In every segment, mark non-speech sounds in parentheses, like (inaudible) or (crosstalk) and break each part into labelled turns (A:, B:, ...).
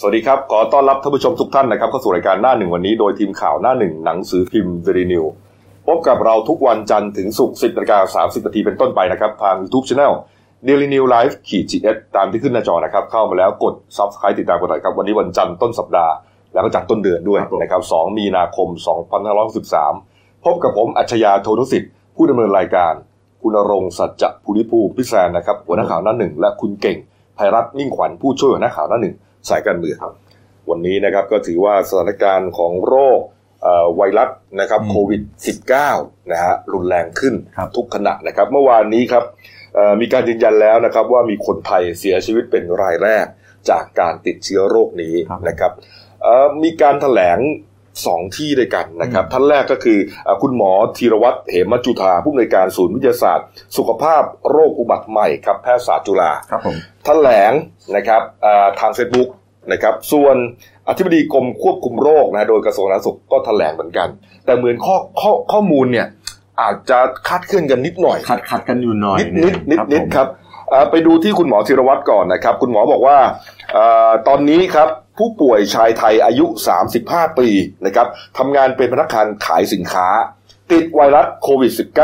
A: สวัสดีครับ ขอต้อนรับท่านผู้ชมทุกท่านนะครับเข้าสู่รายการหน้าหนึ่งวันนี้โดยทีมข่าวหน้าหนึ่งหนังสือพิมพ์เดลินิวพบกับเราทุกวันจันทร์ถึงศุกร์สิบนาฬิกาสามสิบนาทีเป็นต้นไปนะครับ ทางยูทูบช anel เดลินิวไลฟ์ขีดจีเอสตามที่ขึ้นหน้าจอนะครับ เข้ามาแล้วกดซับสไครต์ติดตามกันหน่อยครับ วันนี้วันจันทร์ต้นสัปดาห์ แล้วก็จากต้นเดือนด้วย
B: ครับผม
A: นะครับสองมีนาคมสองพันห้าร้อยสิบสามพบกับผมอัจฉริยะโทนุสิทธิ์ผู้ดำเนินรายการ คุณณรงค์สัจจะภูริภูมิพิศารนะครับหัวหน้าข่าวหน้าหนึ่งและคุณเก่งภัยรัตน์มิ่งขวัญผู้ช่วยหัวหน้าข่าวหน้าหนึ่งสายการเมืองวันนี้นะครับก็ถือว่าสถานการณ์ของโรคเอ่อไวรัสนะครับ
B: อืม
A: โควิด -19 นะฮะรุนแรงขึ้น
B: ครับ
A: ทุกขณะนะครับเมื่อวานนี้ครับเอ่อมีการยืนยันแล้วนะครับว่ามีคนไทยเสียชีวิตเป็นรายแรกจากการติดเชื้อโรคนี้นะครับเอ่อมีการถแถลง สองที่ด้วยกันนะครับ ท่านแรกก็คือเอ่อคุณหมอธีรวัตรเหมจุธาผู้อำนวยการศูนย์วิทยาศาสตร์ สุขภาพโรคอุบัติใหม่ครับแพทยศาสตร์จุฬา
B: ครับผม
A: ท่านแหลงนะครับเอ่อทาง Facebook นะครับ ส่วนอธิบดีกรมควบคุมโรคนะโดยกระทรวงสาธารณสุขก็แถลงเหมือนกัน แต่เหมือนข้อข้อข้อมูลเนี่ยอาจจะคลาดเคลื่อนกันนิดหน่อย
B: คัดคัดกันอยู่หน่อย
A: นิด
B: หง
A: นิดนิดนิดครับเอ่อไปดูที่คุณหมอธีรวัตรก่อนนะครับ คุณหมอบอกว่าเออตอนนี้ครับผู้ป่วยชายไทยอายุ 35 ปีนะครับทำงานเป็นพนักงานขายสินค้า ติดไวรัสโควิด -19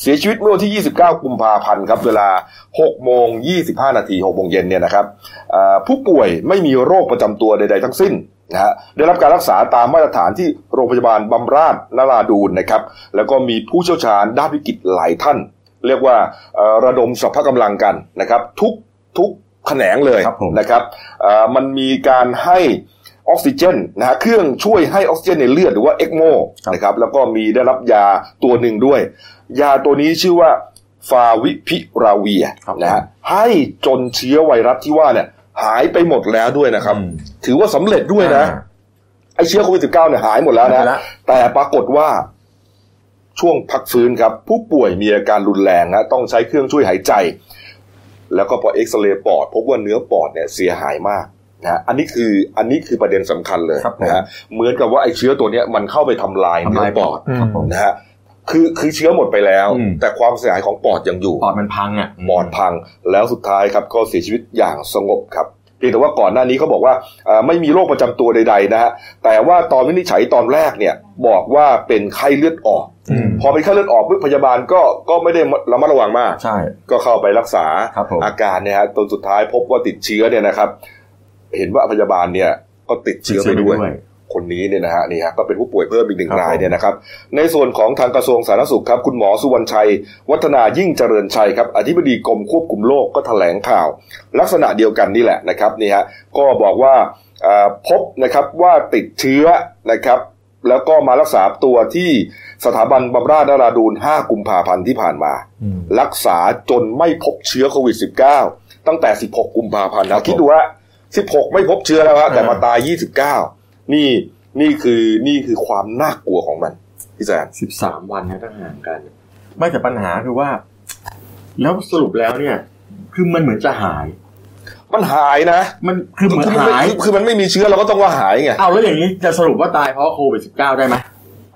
A: เสียชีวิตเมื่อวันที่ 29 กุมภาพันธ์ครับเวลา 6 โมง 25 นาที 6 โมงเย็นเนี่ยนะครับเอ่อผู้ป่วยไม่มีโรคประจำตัวใด ๆ ทั้งสิ้นนะฮะได้รับการรักษาตามมาตรฐานที่โรงพยาบาลบำราศนราดูนนะครับแล้วก็มีผู้เชี่ยวชาญด้านวิกฤตหลายท่าน เรียกว่าเอ่อระดมสรรพกำลังกันนะครับ ทุกทุกแขนงเลย
B: ครับผม
A: นะครับเอ่อมันมีการให้ออกซิเจนนะฮะเครื่องช่วยให้ออกซิเจนในเลือดหรือว่าเอ็กโมนะครับแล้วก็มีได้รับยาตัวหนึ่งด้วย ยาตัวนี้ชื่อว่าฟาวิพิราเวีย
B: ครับ
A: นะฮะให้จนเชื้อไวรัสที่ว่าเนี่ยหายไปหมดแล้วด้วยนะครับ
B: อืม
A: ถือว่าสำเร็จด้วยนะ
B: อ่า
A: ไอเชื้อโควิดสิบเก้าเนี่ยหายหมดแล้ว
B: หาย
A: นะ
B: ไปแล้ว
A: แต่ปรากฏว่าช่วงพักฟื้นครับ ผู้ป่วยมีอาการรุนแรงนะต้องใช้เครื่องช่วยหายใจ แล้วก็พอเอ็กซเรย์ปอด พบว่าเนื้อปอดเนี่ยเสียหายมากนะฮะอันนี้คืออันนี้คือประเด็นสำคัญเลย
B: ครับผม
A: นะฮะเหมือนกับว่าไอเชื้อตัวเนี้ยมันเข้าไปทำลายเนื้
B: ทำ
A: อ
B: ลาย
A: ป
B: ป
A: อ
B: อ
A: ด
B: ด
C: อืม
B: ครับผม
A: นะฮะคือคือเชื้อหมดไปแล้ว
B: อืม
A: แต่ความเสียหายของปอดยังอยู่
B: ปอดมันพังอ่ะ
A: ปอดพังแล้วสุดท้ายครับก็เสียชีวิตอย่างสงบครับเพียงแต่ว่าก่อนหน้านี้เขาบอกว่าเอ่อไม่มีโรคประจำตัวใด ๆ นะฮะแต่ว่าตอนวินิจฉัยตอนแรกเนี่ยบอกว่าเป็นไข้เลือดออก
B: อืม
A: พอเป็นไข้เลือดออกปุ๊บพยาบาลก็ก็ไม่ได้ระมัดระวังมาก
B: ใช่
A: ก็เข้าไปรักษา
B: ครับผม
A: อาการเนี่ยฮะจนสุดท้ายพบว่าติดเชื้อเนี่ยนะครับ เห็นว่าพยาบาลเนี่ยก็ติดเชื้อไปด้วย คนนี้เนี่ยนะฮะนี่ฮะก็เป็นผู้ป่วยเพิ่มอีกหนึ่ง
B: ครับ
A: ราย
B: ผม
A: เนี่ยนะครับ ในส่วนของทางกระทรวงสาธารณสุขครับ คุณหมอสุวรรณชัย วัฒนายิ่งเจริญชัยครับอธิบดีกรมควบคุมโรคก็แถลงข่าว ลักษณะเดียวกันนี่แหละนะครับนี่ฮะก็บอกว่าเอ่อพบนะครับว่าติดเชื้อนะครับ แล้วก็มารักษาตัวที่สถาบันบำราศนราดูน5กุมภาพันธ์ที่ผ่านมา
B: อืม
A: รักษาจนไม่พบเชื้อโควิด -19 ตั้งแต่ 16 กุมภาพันธ์
B: ครั
A: นะ
B: บผม
A: คิดดูฮะ16 ไม่พบเชื้อแล้วฮะแต่มา
B: อ่า
A: ตาย 29 นี่นี่คือนี่คือความน่ากลัวของมันพี่แซม
B: สิบสามวันนะตั้งห่างกัน ไม่แต่ปัญหาคือว่า แล้วสรุปแล้วเนี่ย คือมันเหมือนจะหาย
A: มันหายนะ
B: มันคือเหมือน
A: มั
B: หาย
A: ไคือคือมันไม่มีเชื้อเราก็ต้องว่าหายไง
B: เอาแล้วอย่างนี้จะสรุปว่าตายเพราะโควิดสิบเก้าได้ไหม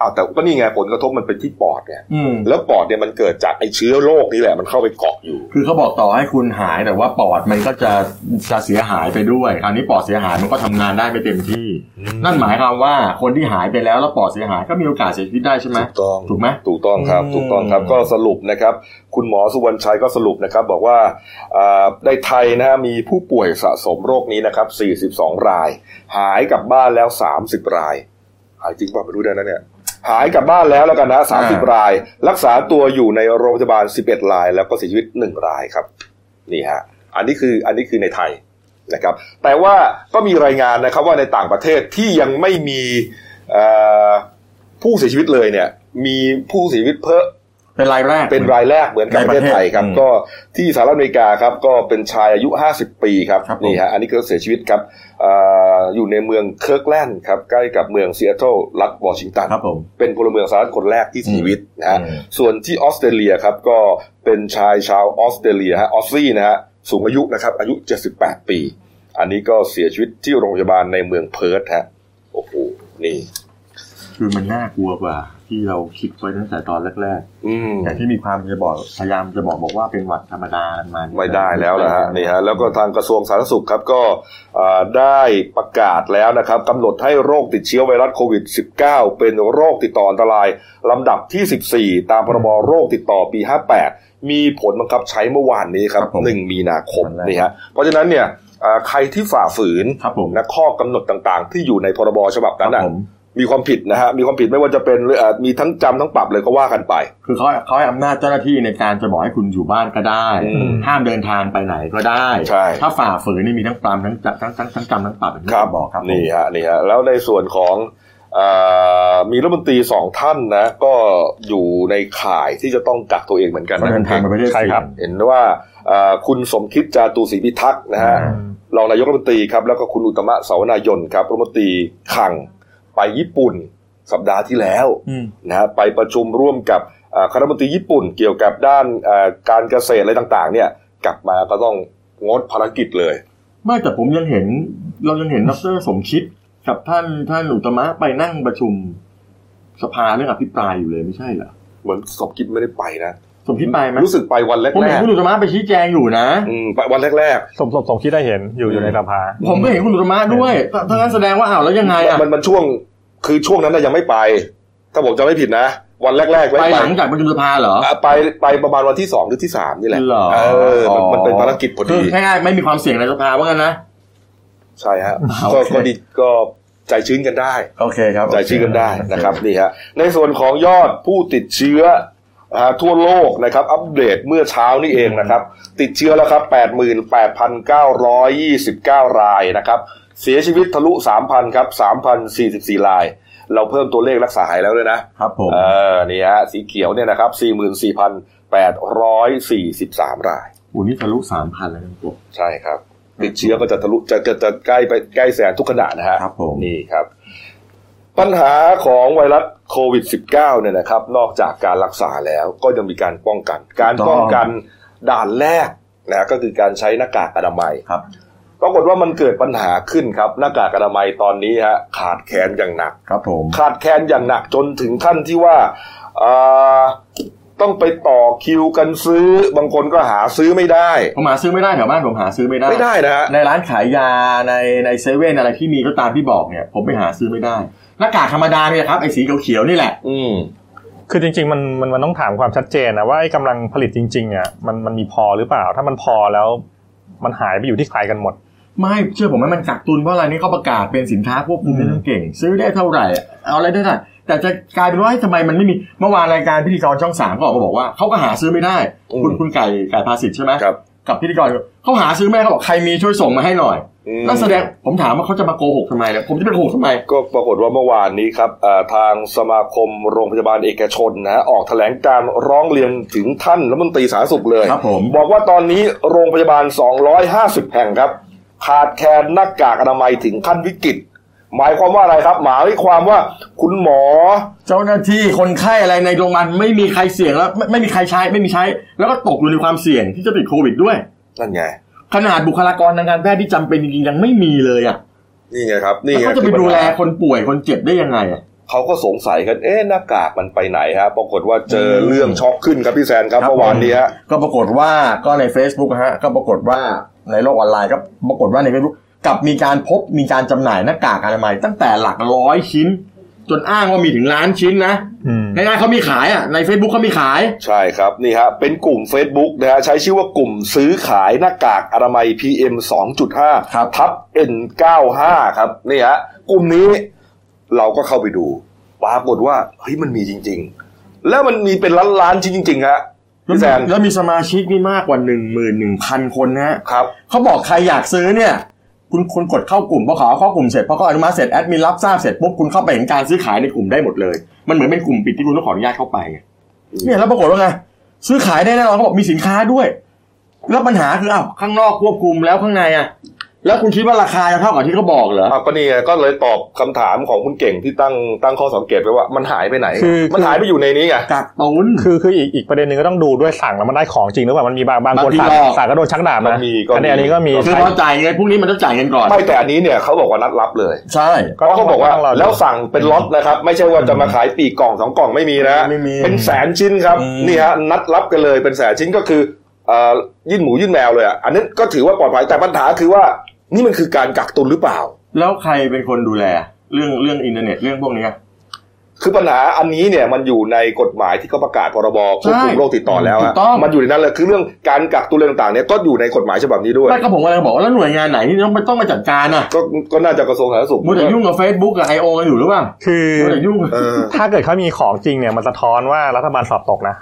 A: อ้าวแต่ก็นี่ไงผลกระทบมันเป็นที่ปอดไง
B: อืม
A: แล้วปอดเนี่ยมันเกิดจากไอเชื้อโรคนี่แหละมันเข้าไปเกาะอยู่
B: คือเขาบอกต่อให้คุณหายแต่ว่าปอดมันก็จะจะเสียหายไปด้วยคราวนี้ปอดเสียหายมันก็ทำงานได้ไม่เต็มที่ นั่นหมายความว่าคนที่หายไปแล้วแล้วปอดเสียหายก็มีโอกาสเสียชีวิตได้ใช่ไหม
A: ถูกต้อง
B: ถูกไหม
A: ถูกต้องครับ
B: อืม
A: ถูกต้องครับก็สรุปนะครับ คุณหมอสุวรรณชัยก็สรุปนะครับ บอกว่าอ่าในไทยนะฮะมีผู้ป่วยสะสมโรคนี้นะครับ 42 ราย หายกลับบ้านแล้ว 30 ราย หายจริงป่ะไม่รู้ได้นะเนี่ย หายกลับบ้านแล้วแล้วกันนะ
B: อ่า
A: 30 ราย รักษาตัวอยู่ในโรงพยาบาล 11 ราย แล้วก็เสียชีวิต 1 รายครับ นี่ฮะอันนี้คืออันนี้คือในไทยนะครับ แต่ว่าก็มีรายงานนะครับว่าในต่างประเทศที่ยังไม่มีเอ่อผู้เสียชีวิตเลยเนี่ย มีผู้เสียชีวิตเพิ่ม
B: เป็นรายแรก
A: เป็นรายแรกเหมือนกับประเทศไทยครับ
B: ในประเทศอืม
A: ก็ที่สหรัฐอเมริกาครับก็เป็นชายอายุ 50 ปีครับ
B: ครับผม
A: นี่ฮะอันนี้ก็เสียชีวิตครับเอออยู่ในเมืองเคิร์กแลนด์ครับใกล้กับเมืองซีแอตเทิลรัฐวอชิงตัน
B: ครับผม
A: เป็นพลเมืองสหรัฐคนแรกที่เสียชีวิตนะฮะ
B: อืม
A: ส่วนที่ออสเตรเลียครับก็เป็นชายชาวออสเตรเลียฮะออสซี่นะฮะสูงอายุนะครับอายุ 78 ปี อันนี้ก็เสียชีวิตที่โรงพยาบาลในเมืองเพิร์ธฮะโอ้โหนี่
B: คือมันน่ากลัวกว่า ที่เราคิดไว้ตั้งแต่ตอนแรก
A: อืม
B: ๆอย่างที่มีความจะบอกพยายามจะบอกบอกว่าเป็นหวัดธรรมดามา
A: ไม่ได้แล้วนะฮะนี่ฮะแล้วก็ทางกระทรวงสาธารณสุขครับก็อ่าได้ประกาศแล้วนะครับกำหนดให้โรคติดเชื้อไวรัสโควิด -19 เป็นโรคติดต่ออันตรายลำดับที่ 14 ตามพรบโรคติดต่อปี 58 มีผลบังคับใช้เมื่อวานนี้ครับหนึ่งมีนาคมนี่ฮะเพราะฉะนั้นเนี่ยอ่าใครที่ฝ่าฝืน
B: ครับผม
A: และข้อกำหนดต่างๆ ที่อยู่ในพรบฉบับนั้น
B: ครับ
A: น่ะ
B: ผม
A: มีความผิดนะฮะมีความผิดไม่ว่าจะเป็นเอ่อมีทั้งจำทั้งปรับเลยก็ว่ากันไป
B: คือเขาเขาให้อำนาจเจ้าหน้าที่ในการจะบอกให้คุณอยู่บ้านก็ได้
A: อืม
B: ห้ามเดินทางไปไหนก็ได้
A: ใช่
B: ถ้าฝ่าฝืนนี่มีทั้งปรามทั้งจับทั้งทั้งทั้งจำทั้งปรับอย่างที่ผมบอกครับผม
A: นี่ฮะนี่ฮะแล้วในส่วนของเออมีรัฐมนตรีสองท่านนะ ก็อยู่ในข่ายที่จะต้องกักตัวเองเหมือนกันนะ
B: เดินทางไปประเทศ
C: ใช่ครับ
A: เห็นว่าเอ่อคุณสมคิดจาตุศรีพิทักษ์นะฮะ รองนายกรัฐมนตรีครับแล้วก็คุณอุตตมะสาวนายนครับรัฐมนตรีขังไปญี่ปุ่นสัปดาห์ที่แล้ว
B: อืม
A: นะฮะไปประชุมร่วมกับเอ่อคณะรัฐมนตรีญี่ปุ่น เกี่ยวกับด้านเอ่อการเกษตรอะไรต่างๆ เนี่ยกลับมาก็ต้องงดภารกิจเลย
B: ไม่แต่ผมยังเห็นเรายังเห็นดรสมคิดกับท่านท่านอุตตมะไปนั่งประชุมสภาเรื่องอภิปรายอยู่เลยไม่ใช่เหรอ
A: เหมือนสอบกิจไม่ได้ไปนะ
B: สมคิดไปไหม
A: รู้สึกไปวันแร
B: ผมเห็น
A: ก
B: คุณอุตตมะไปชี้แจงอยู่นะ
A: ๆอืมไปวันแรก
C: สมสมสมคิดได้เห็นอยู่อยู่ในสภา
B: ผมก็เห็นคุณอุตตมะด้วยถ้าถ้างั้นแสดงว่าอ้าวแล้วยังไงอ่ะ
A: ๆมันมันช่วงคือช่วงนั้นน่ะยังไม่ไป ถ้าผมจำไม่ผิดนะ วันแรกๆ
B: ไป
A: ไม่
B: หลังจากประชุมสภาเหรอ
A: อ่ะไปไปประมาณวันที่สองหรือที่สามนี่แหละ
B: เหรอ
A: เออมันมันเป็นภารกิจพอ
B: คือ
A: ดี
B: ง่ายๆไม่มีความเสี่ยงในสภาว่างั้นนะ
A: ใช่ฮะ
B: อ่า
A: ก็
B: โอเค
A: ก็ดีก็ใจชื้นกันได้
B: โอเคครับ
A: ใจชื้นกันได้นะครับนี่ฮะในส่วนของยอดผู้ติดเชื้อนะฮะทั่วโลกนะครับ อัปเดตเมื่อเช้านี่เองนะครับ ติดเชื้อแล้วครับ 88,929 รายนะครับ เสียชีวิตทะลุ 3,000 ครับ 3,044 ราย เราเพิ่มตัวเลขรักษาหายแล้วด้วยนะ
B: ครับผม
A: เออนี่ฮะสีเขียวเนี่ยนะครับ 44,843 ราย
B: อูนี่ทะลุสามพันแล้วนะผม
A: ใช่ครับ ติดเชื้อก็จะทะลุจะจะจะใกล้ไปใกล้แสนทุกขณะนะฮะ
B: ครับผม
A: นี่ครับ ปัญหาของไวรัสโควิด -19 เนี่ยนะครับ นอกจากการรักษาแล้วก็ยังมีการป้องกัน การป้องกันด่านแรกนะก็คือการใช้หน้ากากอนามัย
B: ครับ
A: ปรากฏว่ามันเกิดปัญหาขึ้นครับหน้ากากอนามัยตอนนี้ฮะขาดแคลนอย่างหนัก
B: ครับผม
A: ขาดแคลนอย่างหนักจนถึงขั้นที่ว่าอ่าต้องไปต่อคิวกันซื้อบางคนก็หาซื้อไม่ได้
B: ผมหาซื้อไม่ได้แถวบ้านผมหาซื้อไม่ได้
A: ไม่ได้นะฮะ
B: ในร้านขายยาในในเซเว่นอะไรที่มีก็ตามที่บอกเนี่ย ผมไปหาซื้อไม่ได้หน้ากากธรรมดาเนี่ยครับไอ้สีเขียวๆนี่แหละ
A: อืม
C: คือจริงๆมันมันมันต้องถามความชัดเจนนะว่าไอ้กำลังผลิตจริงๆอ่ะมันมันมีพอหรือเปล่า ถ้ามันพอแล้วมันหายไปอยู่ที่ใครกันหมด
B: ไม่เชื่อผมไหมมันกักตุนเพราะอะไรนี่เขาประกาศเป็นสินค้าควบคุมได้ทั้งเก่ง ซื้อได้เท่าไหร่ เอาอะไรได้เท่าไหร่แต่จะกลายเป็นว่าเฮ้ยทำไมมันไม่มีเมื่อวานรายการพิธีกรช่องสามก็ออกมาบอกว่าเขาก็หาซื้อไม่ได้
A: อืม
B: คุณคุณไก่ไก่ภาสิทธิ์ใช่ไหม
A: ครับ
B: กับพิธีกรเขาหาซื้อไม่ได้เขาบอกใครมีช่วยส่งมาให้หน่อย
A: อืม
B: นั่นแสดงผมถามว่าเขาจะมาโกหกทำไมเนี่ยผมจะไปโกหกทำไม
A: ก็ปรากฏว่าเมื่อวานนี้ครับเอ่อทางสมาคมโรงพยาบาลเอกชนนะฮะออกแถลงการร้องเรียนถึงท่านรัฐมนตรีสาธารณสุขเลย
B: ครับผม
A: บอกว่าตอนนี้โรงพยาบาล 250 แห่งครับ ขาดแคลนหน้ากากอนามัยถึงขั้นวิกฤต หมายความว่าอะไรครับ หมายความว่าคุณหมอ
B: เจ้าหน้าที่คนไข้อะไรในโรงพยาบาลไม่มีใครเสี่ยงแล้วไม่ไม่มีใครใช้ไม่มีใช้ แล้วก็ตกอยู่ในความเสี่ยงที่จะติดโควิดด้วย
A: นั่นไง
B: ขนาดบุคลากรทางการแพทย์ที่จำเป็นจริงๆยังไม่มีเลยอ่ะ
A: นี่ไงครับ นี่
B: แล้ว
A: ไง
B: เขาจะไป
A: คือ
B: ดู
A: ญ
B: แล
A: หา
B: คนป่วยคนเจ็บได้ยังไงอ่ะ
A: เขาก็สงสัยกัน เอ๊ะ หน้ากากมันไปไหนฮะ ปรากฏว่าเจอเรื่องช็อกขึ้นครับพี่แซนครับ
B: ครับ
A: เมื่อวานนี้ฮะ
B: ก็ปรากฏว่าก็ใน Facebook นะฮะก็ปรากฏว่าในโลกออนไลน์ก็ปรากฏว่าใน Facebook กลับมีการพบมีการจำหน่ายหน้ากากอนามัยตั้งแต่หลักร้อยชิ้น จนอ้างว่ามีถึงล้านชิ้นนะ
C: อืม
B: ง่ายๆเขามีขายอ่ะใน Facebook เขามีขาย
A: ใช่ครับ นี่ฮะ เป็นกลุ่ม Facebook นะฮะ ใช้ชื่อว่ากลุ่มซื้อขายหน้ากากอนามัย PM 2.5
B: ครับ
A: ทับ N95 ครับ นี่ฮะ กลุ่มนี้เราก็เข้าไปดู ปรากฏว่า เฮ้ย มันมีจริง ๆ แล้วมันมีเป็นล้านๆชิ้นจริง ๆ ฮะ พี่แซน
B: แล้วมีสมาชิกนี่มากกว่า1 1 0 0 0 คนนะฮะ
A: ครับ
B: เขาบอกใครอยากซื้อเนี่ย คุณคุณกดเข้ากลุ่มพอขอเข้ากลุ่มเสร็จพอเขาอนุมัติเสร็จแอดมินรับทราบเสร็จปุ๊บคุณเข้าไปเห็นการซื้อขายในกลุ่มได้หมดเลย มันเหมือนเป็นกลุ่มปิดที่คุณต้องขออนุญาตเข้าไปไงเนี่ยแล้วปรากฏว่าไงซื้อขายได้แน่นอนเขาบอกมีสินค้าด้วย แล้วปัญหาคืออ้าวข้างนอกควบคุมแล้วข้างในอ่ะ แล้วคุณคิดว่าราคาจะเท่ากับที่เขาบอกเหรอ
A: อ่ะก็นี่ไงก็เลยตอบคำถามของคุณเก่งที่ตั้งตั้งข้อสังเกตไว้ว่ามันหายไปไหน
C: คือ
A: มันหายไปอยู่ในนี้ไง
B: กักตุน
C: คือคืออีกอีกประเด็นหนึ่งก็ต้องดูด้วยสั่งแล้วมันได้ของจริงหรือเปล่ามันมีบางบางคนสั่ง
B: บางทีหลอก
C: สั่งก็โดนชักดาบ
A: มั
C: นะ
A: นมีก็
C: อัน
A: มี
C: นี้อันนี้ก็มี
B: คือ
C: ใช่
B: พอจ่ายเงินพวกนี้มันต้องจ่ายเงินก่อน
A: ไม่แต่อันนี้เนี่ยเขาบอกว่านัดรับเลย
B: ใช่
A: ก็เขาบอกว่า
C: ต้งรดู
A: แล้วสั่งเป็นล็อตนะครับ ไม่ใช่ว่าจะมาขายปีกกล่องสองกล่องไม่มีนะ
B: ไม่มี
A: เป็นแสนชิ้นครับ
B: อืม
A: นี่ฮะนัดรับกันเลยเป็นแสนชิ้นก็คือเอ่อยื่นหมูยื่นแมวเลยอ่ะอันนั้นก็ถือว่าปลอดภัยแต่ปัญหาคือว่านี่มันคือการกักตุนหรือเปล่า
B: แล้วใครเป็นคนดูแล เรื่องเรื่องอินเทอร์เน็ตเรื่องพวกเนี้ย
A: คือปัญหาอันนี้เนี่ยมันอยู่ในกฎหมายที่เขาประกาศพรบควบคุม
B: ใช่
A: โรคติดต่อแล้ว
B: ถู
A: อะ
B: กต้อง
A: มันอยู่ในนั้นเลยคือเรื่องการกักตุนอะไรต่างๆเนี่ยก็อยู่ในกฎหมายฉบับนี้ด้วย
B: ไม่ก็ผมกำลังบอกว่าแล้วหน่วยงานไหนที่ต้องไปต้องมาจัดการอ่ะ
A: ก็ก็น่าจะกระทรวงสาธารณสุข
B: มัวแต่ยุ่งกับ Facebook กับ IO กันอยู่หรือเปล่า
C: คือ
B: มัวแต่ยุ่ง
A: เออ
C: ถ้าเกิดเขามีของจริงเนี่ยมันสะท้อนว่ารัฐบาลสอบตกนะ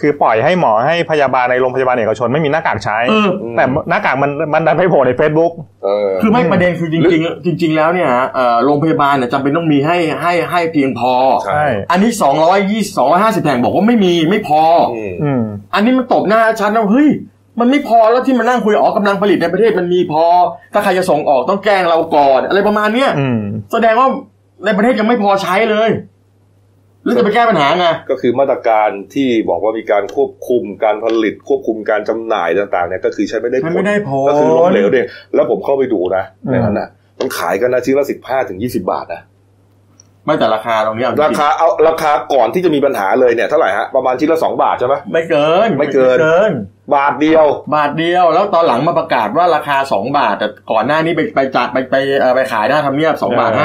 C: คือปล่อยให้หมอให้พยาบาลในโรงพยาบาลเอกชนไม่มีหน้ากากใช้
B: เออ
C: แต่หน้ากากมันมันดันไปโผล่ใน Facebook
A: เออ
B: คือไม่ประเด็นคือจริงๆจริง ๆ แล้วเนี่ยฮะเอ่อโรงพยาบาลเนี่ยจำเป็นต้องมีให้ให้ให้เพียงพอ
A: ใช่
B: อันนี้ 220 250แห่งบอกว่าไม่มีไม่พอ
A: อืม
C: อืม
B: อันนี้มันตบหน้าฉันนะเฮ้ย มันไม่พอแล้วที่มันนั่งคุยอ๋อกำลังผลิตในประเทศมันมีพอ ถ้าใครจะส่งออกต้องแกล้งเราก่อน อะไรประมาณเนี้ย
C: อืม
B: แสดงว่าในประเทศยังไม่พอใช้เลยแล้วจะไปแก้ปัญหาไง
A: ก็คือมาตรการที่บอกว่ามีการควบคุมการผลิตควบคุมการจำหน่ายต่างๆเนี่ยก็คือใช้ไม่ได้ผ
B: มั
A: ล
B: นไม่ได้ผล
A: ก็คือล้มเหลวเด็แล้วผมเข้าไปดูนะในนั้นน่ะมันขายกันนะชิ้นละสิบห้าถึงยี่สิบาทนะ
B: ไม่แต่ราคาตรงนี้เอจงๆ
A: ราคาเอาราคาก่อนที่จะมีปัญหาเลยเนี่ยเท่าไหร่ฮะประมาณชิ้นละสองบาทใช่ไหม
B: ไม่เกิน
A: ไม่เกิน
B: น
A: บาทเดียว
B: บาทเดียวแล้วตอนหลังมาประกาศว่าราคา 2 บาท แต่ก่อนหน้านี้ไปไปจัดไปไปเอ่อไปขายหน้าทำเนียบ2บาท50
C: ม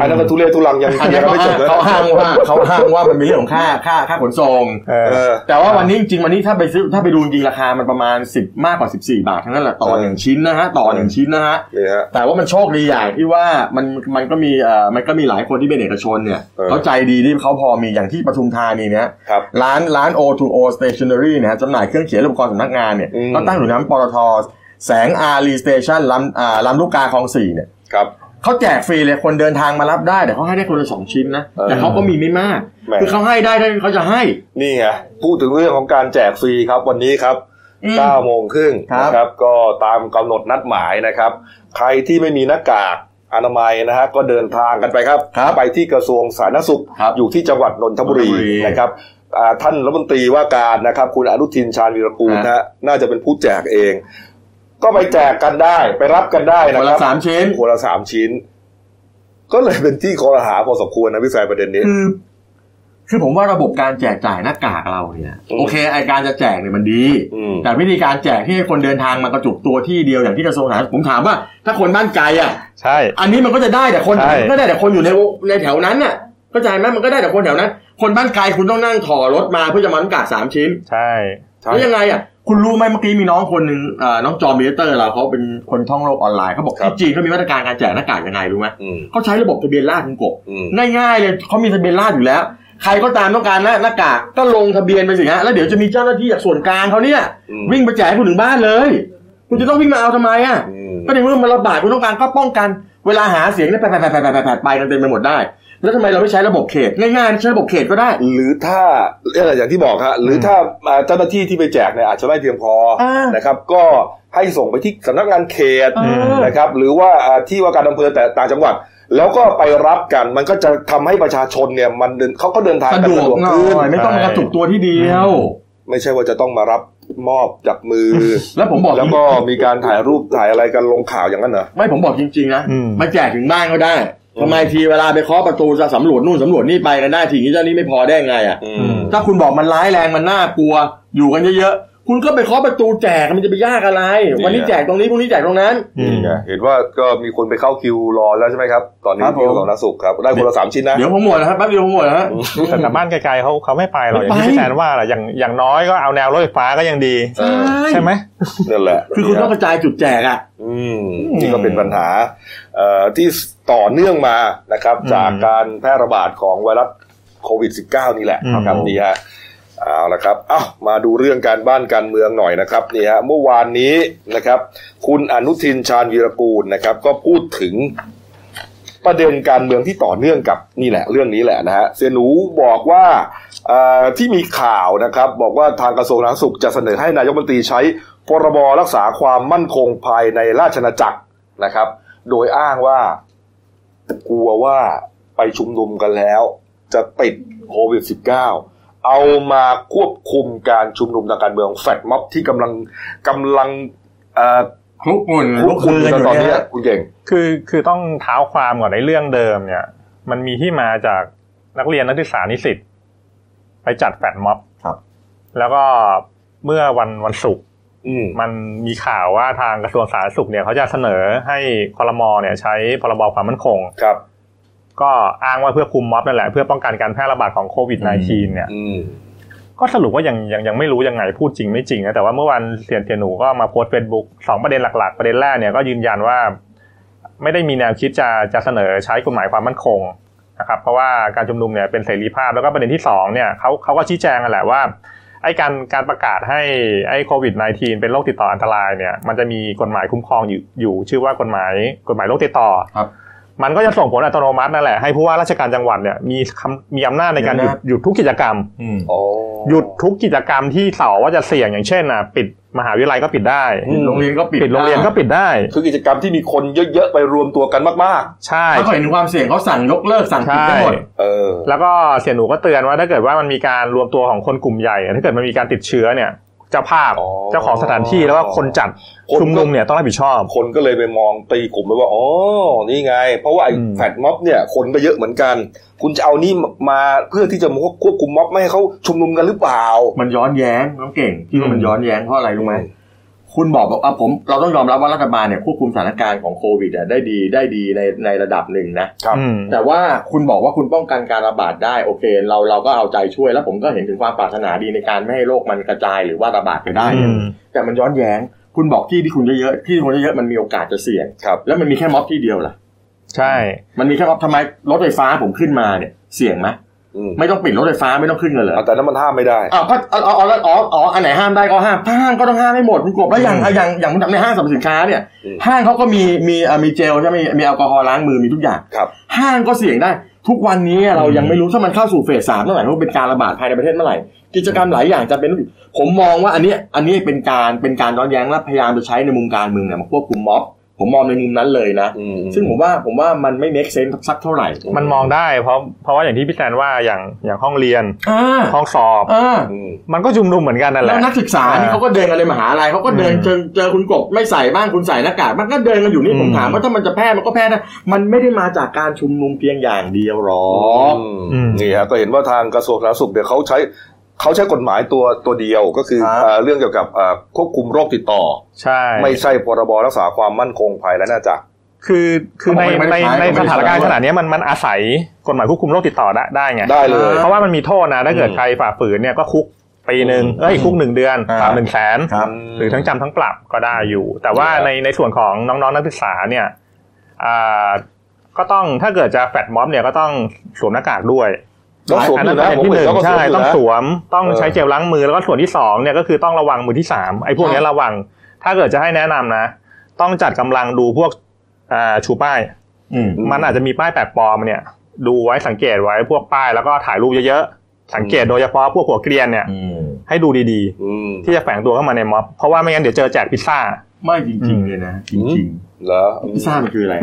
A: อันนั้นมันทุเรศทุลังยัง
B: อัน
A: ยั
B: นี้
A: ง
B: เขา
A: ไม่จ
B: อ้าง
A: บเลย
B: เขาอ้างว่าเขาอ้างว่ามันเป็นเรื่องของค่าค่าค่าขนส่ง
C: เอ
A: เอ
C: อ
A: อ
B: แต่ว่าวันนี้จริงๆวันนี้ถ้าไปซื้อถ้าไปดูจริงๆราคามันประมาณ 10 มากกว่า 14 บาททั้งนั้นแหละต่อ
A: เออ
B: หนึ่งชิ้นนะฮะต่อหนึ่งชิ้นนะฮะ
A: นี่ฮะ
B: แต่ว่ามันโชคดีอย่างที่ว่ามันมันก็มีเอ่อมันก็มีหลายคนที่เป็นเอกชนเนี่ย
A: เออ
B: เขาใจดีที่เขาพอมีอย่างที่ปทุมธานีเนี่ย
A: ครับ
B: ร้านร้าน O2O Stationery นะฮะจำหน่ายเครื่องเขียนและอุปกรณ์สำนักงานเนี่ย
A: อืม
B: ก็ตั้งอยู่น้ำปตทแสงอารีสเตชันลำอ่าลำลูกกาคลองสี่เนี่ย
A: ครับ
B: เขาแจกฟรีเลยคนเดินทางมารับได้แต่เขาให้ได้คนละสองชิ้นนะ
A: เออ
B: แต่เขาก็มีไม่มาก
A: แหม
B: คือเขาให้ได้ได้เขาจะให้
A: นี่ไงพูดถึงเรื่องของการแจกฟรีครับวันนี้ครับ
B: อืม
A: 9โมงครึ่ง
B: ครับ
A: นะครับ ก็ตามกำหนดนัดหมายนะครับ ใครที่ไม่มีหน้ากากอนามัยนะฮะก็เดินทางกันไปครับ
B: ครับ
A: ไปที่กระทรวงสาธารณสุข
B: ครับ
A: อยู่ที่จังหวัดนนทบุรี
B: นนทบุรี
A: นะครับอ่าท่านรัฐมนตรีว่าการนะครับ คุณอนุทินชาญวีรกูล
B: ค
A: นะ
B: รับ
A: ฮะน่าจะเป็นผู้แจกเอง ก็ไปแจกกันได้ไปรับกันได้นะ
B: ค
A: ค
B: นละ
A: รับ
B: สามชิ้น
A: คนละสามชิ้น ก็เลยเป็นที่คอรหาพอสมควรนะพี่แซายประเด็นนี้
B: คือ คือผมว่าระบบการแจกจ่ายหน้ากากเราเนี่ย
A: อืม
B: โอเคไอการจะแจกเนี่ยมันดี
A: อืม
B: แต่วิธีการแจกที่ให้คนเดินทางมากระจุกตัวที่เดียวอย่างที่กระทรวงสาธารณสุขผมถามว่า ถ้าคนบ้านไกลอ่ะ
C: ใช่
B: อันนี้มันก็จะได้แต่คน
C: ใช่
B: ก็ได้แต่คนอยู่ในในแถวนั้นน่ะเข้าใจไหมมันก็ได้แต่คนแถวนั้น คนบ้านไกลคุณต้องนั่งถอรถมาเพื่อจะมาหน้ากากสามชิ้น
C: ใช่
A: ใช่
B: แล้วยังไงอ่ะคุณรู้ไหมเมื่อกี้มีน้องคนหนึ่งเอ่อน้องจอมเบเตอร์เราเขาเป็นคนท่องโลกออนไลน์เขาบอก
A: ครับ
B: ที่จีนเขามีมาตรการการแจกหน้ากากยังไงรู้ไหม
A: อืม
B: เขาใช้ระบบทะเบียนราษฎรคุณกบ
A: อืม
B: ง่ายๆเลยเขามีทะเบียนราษฎรอยู่แล้ว ใครก็ตามต้องการหน้าหน้ากากก็ลงทะเบียนไปสิฮะแล้วเดี๋ยวจะมีเจ้าหน้าที่จากส่วนกลางเขาเนี่ย
A: อืม
B: วิ่งไปแจกให้คุณถึงบ้านเลย คุณจะต้องวิ่งมาเอาทำไมอ่ะ
A: อืม
B: ก็ในเมื่อมันระบาดคุณต้องการก็ป้องกันเวลาหาเสียงเนี่ยไปไปไปไปไปไปไปกันเต็มไปหมดได้ แล้วทำไมเราไม่ใช้ระบบเขตง่ายๆใช้ระบบเขตก็ได้
A: หรือถ้าเอ่ออย่างที่บอกฮะหรือถ้าอ่าเจ้าหน้าที่ที่ไปแจกเนี่ยอาจจะไม่เพียงพอ
B: อ่าน
A: นะครับ ก็ให้ส่งไปที่สำนักงานเขต
B: เออ
A: นะครับ หรือว่าอ่าที่ว่าการอำเภอแต่ต่างจังหวัด แล้วก็ไปรับกันมันก็จะทำให้ประชาชนเนี่ยมันเดินเขาก็เดินทาง
B: สะ
A: กัน
B: ดวก
A: สะดวก
B: หน่
A: ขึ้น
B: อยไม่ต้องมากระตุกตัวที่เดียว
A: ไม่ใช่ว่าจะต้องมารับมอบจากมือ
B: แล้วผมบอก
A: แล้วก็มีการถ่ายรูปถ่ายอะไรกันลงข่าวอย่างนั้นเหรอ
B: ไม่ผมบอกจริงๆนะ
C: อืม
B: มาแจกถึงบ้านก็ได้
A: อืม
B: ทำไมทีเวลาไปเคาะประตูจะสำรวจนู่นสำรวจนี่ไปกันได้ทีนี้เจ้านี้ไม่พอได้ไงอ่ะ
A: อืม
B: ถ้าคุณบอกมันร้ายแรงมันน่ากลัว อยู่กันเยอะๆคุณก็ไปเคาะประตูแจกมันจะไปยากอะไร
A: นี่
B: วันนี้แจกตรงนี้พรุ่งนี้แจกตรงนั้น
C: อืม
A: นี่ไงเห็นว่าก็มีคนไปเข้าคิวรอแล้วใช่ไหมครับ ตอนนี้
B: ครับผม
A: ที่กระทรวงสาธารณสุขครับได้คนละสามชิ้นนะ
B: เดี๋ยวผมหมดนะครับแป๊บเดียวผมหมดนะฮะ
C: แต่แต่บ้านไกลๆเขาเขาไม่ไปหรอกอ
B: ไม่
C: ย่า
B: ไป
C: งที่พี่แซนว่าแหละอย่างอย่างน้อยก็เอาแนวรถไฟฟ้าก็ยังดี
A: เออ
C: ใช่ไหม
A: นั่นแหละ
B: คือคุณต้องกระจายจุดแจกอ่ะ
A: อืมนี่ก็เป็นปัญหาเอ่อที่ต่อเนื่องมานะครับ
C: อืม
A: จากการแพร่ระบาดของไวรัสโควิด -19 นี่แหละ
C: อืม
A: นะครับนี่ฮะเอาละครับเอ้ามาดูเรื่องการบ้านการเมืองหน่อยนะครับนี่ฮะเมื่อวานนี้นะครับ คุณอนุทินชาญวีรกูลนะครับ ก็พูดถึงประเด็นการเมืองที่ต่อเนื่องกับนี่แหละ เรื่องนี้แหละนะฮะเสียหนูบอกว่าเอ่อที่มีข่าวนะครับ บอกว่าทางกระทรวงสาธารณสุขจะเสนอให้นายกรัฐมนตรีใช้ พรบรักษาความมั่นคงภายในราชอาณาจักร นะครับ โดยอ้างว่ากลัวว่าไปชุมนุมกันแล้ว จะติดโควิด -19 เอามาควบคุมการชุมนุมทางการเมืองแฟดม็อบที่กำลังกำลังเอ่อ
B: คลุกอุ่น
A: ควบคุม
B: กั
A: กัน
B: ยู่
A: ตอนเนี้
B: เย
A: ยคุณเก่ง
C: คือคือต้องเท้าความก่อนในเรื่องเดิมเนี่ย มันมีที่มาจากนักเรียนนักศึกษานิสิตไปจัดแฟดม็อบ
A: ครับ
C: แล้วก็เมื่อวันวันศุกร์
A: อืม
C: มันมีข่าวว่าทางกระทรวงสาธารณสุขเนี่ยเขาจะเสนอให้คอรมอเนี่ยใช้พรบความมั่นคง
A: ครับ
C: ก็อ้างว่าเพื่อคุมม็อบนั่นแหละเพื่อป้องกันการแพร่ระบาดของโควิด -19 เนี่ย
A: อืม
C: ก็สรุปว่ายังยังยังไม่รู้ยังไงพูดจริงไม่จริงนะแต่ว่าเมื่อวันเสียนเตียนหนูก็มาโพสต์เฟซบุ๊กสองประเด็นหลัก ๆ ประเด็นแรกเนี่ยก็ยืนยันว่า ไม่ได้มีแนวคิดจะจะเสนอใช้กฎหมายความมั่นคงนะครับเพราะว่าการชุมนุมเนี่ยเป็นเสรีภาพแล้วก็ประเด็นที่สองเนี่ยเขาเขาก็ชี้แจงกันแหละว่าไอ้การการประกาศให้ไอ้โควิด -19 เป็นโรคติดต่ออันตรายเนี่ยมันจะมีกฎหมายคุ้มครองอยู่อยู่ ชื่อว่ากฎหมายกฎหมายโรคติดต่อ
B: ครับ
C: มันก็จะส่งผลอัตโนมัตินั่นแหละให้ผู้ว่าราชการจังหวัดเนี่ยมีคำมีอำนาจในการหยุดหยุดทุกกิจกรรม
B: อืม
A: อ๋อ
C: หยุดทุกกิจกรรมที่เสาว่าจะเสี่ยงอย่างเช่นอ่ะปิดมหาวิทยาลัยก็ปิดได้
A: อืม
B: โรงเรียนก็ปิด
C: ปิดโรงเรียนก็ปิดได้
A: คือกิจกรรมที่มีคนเยอะๆไปรวมตัวกันมาก
C: ใช่
B: ถ้าเขาเห็นถึงความเสี่ยงเขาสั่งยกเลิกสั่งปิด
C: ใช่
B: ทั้งหมด
A: ๆ เออ
C: แล้วก็เสี่ยหนูก็เตือนว่าถ้าเกิดว่ามันมีการรวมตัวของคนกลุ่มใหญ่ถ้าเกิดมันมีการติดเชื้อเนี่ยเจ้าภาพ
A: อ๋อ
C: เจ้าของสถานที่แล้วก็คนจัดชุมนุมเนี่ยต้องรับผิดชอบ
A: คนก็เลยไปมองตีกลุ่มไปว่าอ๋อนี่ไง เพราะว่าไอ้
C: อืม
A: แฟดม็อบเนี่ยคนก็เยอะเหมือนกัน คุณจะเอานี่มาเพื่อที่จะมาควบคุมม็อบไม่ให้เขาชุมนุมกันหรือเปล่า
B: มันย้อนแย้งน้องเก่งที่ว่ามัน
C: อืม
B: ย้อนแย้งเพราะอะไรรู้ไหมคุณบอกบอกอ่ะผมเราต้องยอมรับว่ารัฐบาลเนี่ยควบคุมสถานการณ์ของโควิดอ่ะได้ดีได้ดีในในระดับหนึ่งนะ
A: ครับ
C: อืม
B: แต่ว่าคุณบอกว่าคุณป้องกันการระบาดได้โอเค เราเราก็เอาใจช่วยแล้วผมก็เห็นถึงความปรารถนาดีในการไม่ให้โรคมันกระจายหรือว่าระบาดไปได้
C: อืม
B: แต่มันย้อนแย้ง คุณบอกที่ที่คุณเยอะๆที่คนเยอะๆมันมีโอกาสจะเสี่ยง
A: ครับ
B: แล้วมันมีแค่ม็อบที่เดียวล่ะ
C: ใช่
B: มันมีแค่ม็อบทำไมรถไฟฟ้าผมขึ้นมาเนี่ยเสี่ยงไหม
A: อืม
B: ไม่ต้องปิดรถไฟฟ้าไม่ต้องขึ้นเงินเหรอ
A: แต่นั้นมันห้ามไม่ได้
B: อ้าวก็อ๋ออ๋ออ๋ออ๋ออันไหนห้ามได้ก็ห้ามถ้าห้ามก็ต้องห้ามให้หมดคุณกบแล้วอย่าง
A: อืม
B: อย่างอย่างในห้างสรรพสินค้าเนี่ย
A: อืม
B: ห้างเขาก็มีมีเอ่อมีเจลใช่ไหมมีมีแอลกอฮอล์ล้างมือมีทุกอย่าง
A: ครับ
B: ห้างก็เสี่ยงได้ ทุกวันนี้เรายังไม่รู้ถ้ามันเข้าสู่เฟสสามเมื่อไหร่ว่าเป็นการระบาดภายในประเทศเมื่อไหร่กิจกรรมหลายอย่างจะเป็นผมมองว่าอันเนี้ยอันนี้เป็นการเป็นการย้อนแย้งและพยายามจะใช้ในมุมการเมืองเนี่ยมาควบคุมม็อบผมมองในมุมนั้นเลยนะ
A: อืม
B: ซึ่งผมว่าผมว่ามันไม่ make sense สักเท่าไหร่
C: มันมองได้เพราะเพราะว่าอย่างที่พี่แซนว่าอย่างอย่างห้องเรียน
B: อ่า
C: ห้องสอบ
B: อ่า
A: อืม
C: มันก็ชุมนุมเหมือนกันนั่นแห
B: แล้ว
C: ละ
B: นักศึกษา
C: อ่า
B: นี่เขาก็เดินกันในมหาลัยเขาก็เดิน
C: อืม
B: เจอเจอคุณกบไม่ใส่บ้างคุณใส่หน้ากากมันก็เดินกันอยู่นี่
C: อืม
B: ผมถามว่าถ้ามันจะแพร่มันก็แพร่ได้มันไม่ได้มาจากการชุมนุมเพียงอย่างเดียวหรอ
A: อ๋อก อืมนี่ฮะก็เห็นว่าทางกระทรวงสาธารณสุขเนี่ยเขาใช้เขาใช้กฎหมายตัวตัวเดียวก็คือเอ่อเรื่องเกี่ยวกับเอ่อควบคุมโรคติดต่อ
C: ใช่
A: ไม่ใช่พรบรักษาความมั่นคงภัยและน่าจะ
C: คือคือในในในสถานการณ์ขนาดเนี้ยมันมันอาศัยกฎหมายควบคุมโรคติดต่อได้ได้ไง
A: ได้เลย
C: เพราะว่ามันมีโทษนะ ถ้าเกิด
A: อืม
C: ใครฝ่าฝืนเนี่ยก็คุกปีหนึ่ง
A: อืม
C: เอ้ยคุกหนึ่งเดือนปรับหนึ่งแสน
B: ครับ
C: หรือทั้งจำทั้งปรับก็ได้อยู่ แต่ว่า
A: ครับ
C: ในในส่วนของน้องๆนักศึกษาเนี่ยอ่าก็ต้องถ้าเกิดจะแฟดม็อบเนี่ยก็ต้องสวมหน้ากากด้วย
A: ต้องสวม
C: อัน
A: อยู่
C: นั้น
A: นะ
C: เป็น
A: ผม
C: ที่ห
A: เห็น
C: นึ่ง
A: เขาก็สว
C: ใช่
A: มอยู่
C: ต้อง
A: นะ
C: สวมต้อง
A: เออ
C: ใช้เจลล้างมือแล้วก็ส่วนที่สองเนี่ยก็คือต้องระวังมือที่สามไอ้พวกเนี้ยระวัง ถ้าเกิดจะให้แนะนำนะ ต้องจัดกำลังดูพวกอ่าชูป้าย
B: อืม
C: มันอาจจะมีป้ายแปลกปลอมเนี่ยดูไว้สังเกตไว้พวกป้ายแล้วก็ถ่ายรูปเยอะๆ สังเกตโดยเฉพาะพวกหัวเกรียนเนี่ยให้ดูดี
A: อืม
C: ๆ ที่จะแฝงตัวเข้ามาในม็อบ เพราะว่าไม่งั้นเดี๋ยวเจอแจกพิซซ่า
B: ไม่จริงๆเลยนะจริง
A: เหรอ
B: ๆพิซซ่ามันคืออะไร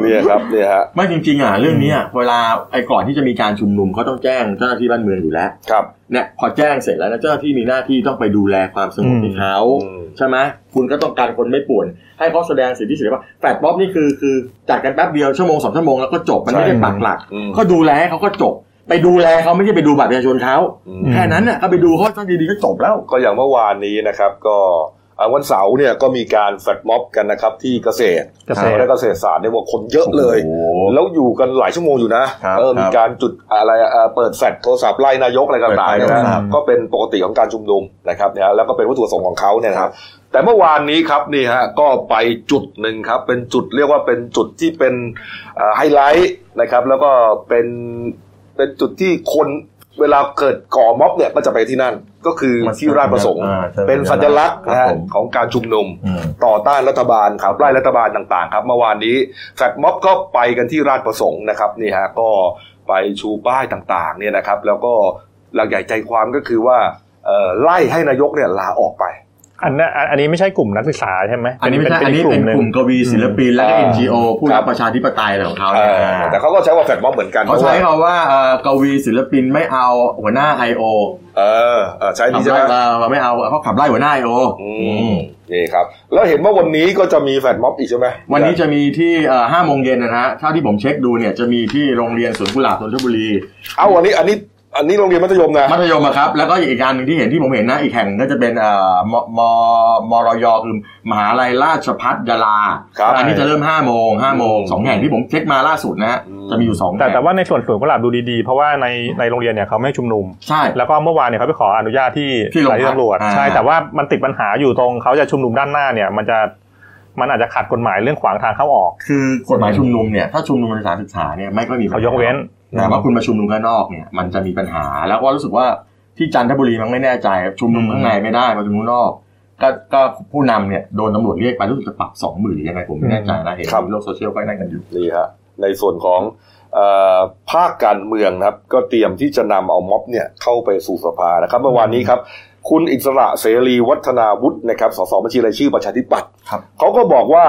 A: เนี่ยครับเนี่ยฮะ
B: ไม่จริงๆอ่ะเรื่องเนี้ยเวลาไอ้ก่อนที่จะมีการชุมนุมเขาต้องแจ้งเจ้าหน้าที่บ้านเมืองอยู่แล้ว
A: ครับ
B: เนี่ยพอแจ้งเสร็จแล้วนะเจ้าหน้าที่มีหน้าที่ต้องไปดูแลความสงบ
C: อืม
B: ให้เขา
A: อืม
B: ใช่ไหมคุณก็ต้องการคนไม่ป่วน ให้เขาแสดงสิทธิเสรีภาพแฟดป๊อปนี่คือคือจัดกันแป๊บเดียวชั่วโมงสองชั่วโมงแล้วก็จบมันไม่ได้
C: ใช่
B: ปักหลัก
A: อืม
B: ก็ดูแลให้เขาก็จบ ไปดูแลเขาไม่ใช่ไปดูบัตรประชาชนเขา
A: อืม
C: อืม
B: แค่นั้นน่ะก็ไปดูเขาตั้งดีๆก็จบแล้ว
A: ก็อย่างเมื่อวานนี้นะครับก็อ่าวันเสาร์เนี่ยก็มีการแฟดม็อบกันนะครับที่เกษตร
C: เกษตร
A: และเกษตรศาสตร์เนี่ยบอกคนเยอะเลย แล้วอยู่กันหลายชั่วโมงอยู่นะครับ เออ
B: ครับ
A: มีการจุดอะไรเอ่อเปิดแฟลชโทรศัพท์ไล่นายกอะไรต่างๆ
B: เปิ
A: เน
B: ด
A: ย
B: ไฟ
A: นะ
B: โทรศัพท์
A: ก็เป็นปกติของการชุมนุมนะครับเนี่ยฮะแล้วก็เป็นวัตถุประสงค์ของเขาเนี่ยนะครับ แต่เมื่อวานนี้ครับนี่ฮะก็ไปจุดหนึ่งครับ เป็นจุดเรียกว่าเป็นจุดที่เป็นเอ่อไฮไลท์นะครับ แล้วก็เป็นเป็นจุดที่คนเวลาเกิดก่อม็อบเนี่ยก็จะไปที่นั่น ก็คือที่ราชประสงค์
B: อ่าชิญ
A: เป็นสัญลักษณ์
B: ค
A: นะ
B: รับ
A: ฮะ
B: ผม
A: ของการชุมนุม
B: อืม
A: ต่อต้านรัฐบาลขับไล่รัฐบาลต่างๆ ครับเมื่อวานนี้แฟดม็อบก็ไปกันที่ราชประสงค์นะครับนี่ฮะก็ไปชูป้ายต่างๆเนี่ยนะครับ แล้วก็หลักใหญ่ใจความก็คือว่าเอ่อไล่ให้นายกเนี่ยลาออกไป
C: อันนั้นอันอันนี้ไม่ใช่กลุ่มนักศึกษาใช่ไหม
B: อันนี้ไม่ใช่อันนี้เป็นกลุ่มกวีศิลปินและก็ NGO ผู้รับประชาธิปไตยอะไรของเขา
A: เอ
B: เนี่ย
A: อแต่เขาก็ใช้ว่าแฟลตม็อบเหมือนกัน
B: เขาใช้
A: พระว่
B: คำว่าเอ่อกวีศิลปินไม่เอาหัวหน้า IO
A: เออเออใช้
B: ขั
A: ดี
B: บ
A: ใช่ไห
B: ไล่
A: ม
B: เราเราไม่เอาเขาขับไล่หัวหน้า IO
A: อืมนี่ครับ แล้วเห็นว่าวันนี้ก็จะมีแฟลตม็อบอีกใช่ไหม
B: วันนี้จะมีที่เอ่อห้าโมงเย็นนะฮะเท่าที่ผมเช็คดูเนี่ยจะมีที่โรงเรียนสวนกุหลาบนนทบุรี
A: เอ้าวันนี้อันนี้อันนี้โรงเรียนมัธยมนะ
B: มัธยมอะครับ แล้วก็อีกการหนึ่งที่เห็นที่ผมเห็นนะ อีกแห่งหนึ่งก็จะเป็นเอ่อมมมรยคือมหาลัยราชพัฒยาลา
A: ครับ
B: อันนี้จะเริ่ม5้าโมงห้าโมงสองแห่งที่ผมเช็คมาล่าสุดนะฮะ
A: อืม
B: จะมีอยู่สอง
C: แต่
B: แห่ง
C: แต่ว่าในส่วนส่วนกุหลาบดูดีๆ เพราะว่าในในโรงเรียนเนี่ยเขาไม่ให้ชุมนุม
B: ใช่
C: แล้วก็เมื่อวานเนี่ยเขาไปขออนุญาตที่
B: ที่โรงพัก
C: สถานีตำรวจ
B: อ่า
C: ใช่แต่ว่ามันติดปัญหาอยู่ตรงเขาจะชุมนุมด้านหน้าเนี่ย มันจะมันอาจจะขัดกฎหมายเรื่องขวางทางเข้าออก
B: คือกฎหมายชุมนุมเนี่ยถ้าชุมนุมในสถานศึกษาเนี่ยไม่ก็มีปัญห
C: เขายกเว้น
B: แต่ว่าคุณมาชุมนุมข้างนอกเนี่ยมันจะมีปัญหา แล้วก็รู้สึกว่าที่จันทบุรีมันไม่แน่ใจชุมนุมข้างในไม่ได้มาชุมนุมข้างนอก ก็ก็ผู้นำเนี่ยโดนตำรวจเรียกไปรู้สึกจะปรับสองหมื่นหรือยังไงผมไม่แน่ใจนะเห็น
A: ครับ
B: ในโลกโซเชียลก็นั่งกันอยู่
A: นี่ฮะในส่วนของเอ่อภาคการเมืองนะครับ ก็เตรียมที่จะนำเอาม็อบเนี่ยเข้าไปสู่สภานะครับเมื่อวานนี้ครับ คุณอิสระเสรีวัฒนาวุฒินะครับสสบัญชีรายชื่อประชาธิปัตย์
B: ครับ
A: เขาก็บอกว่า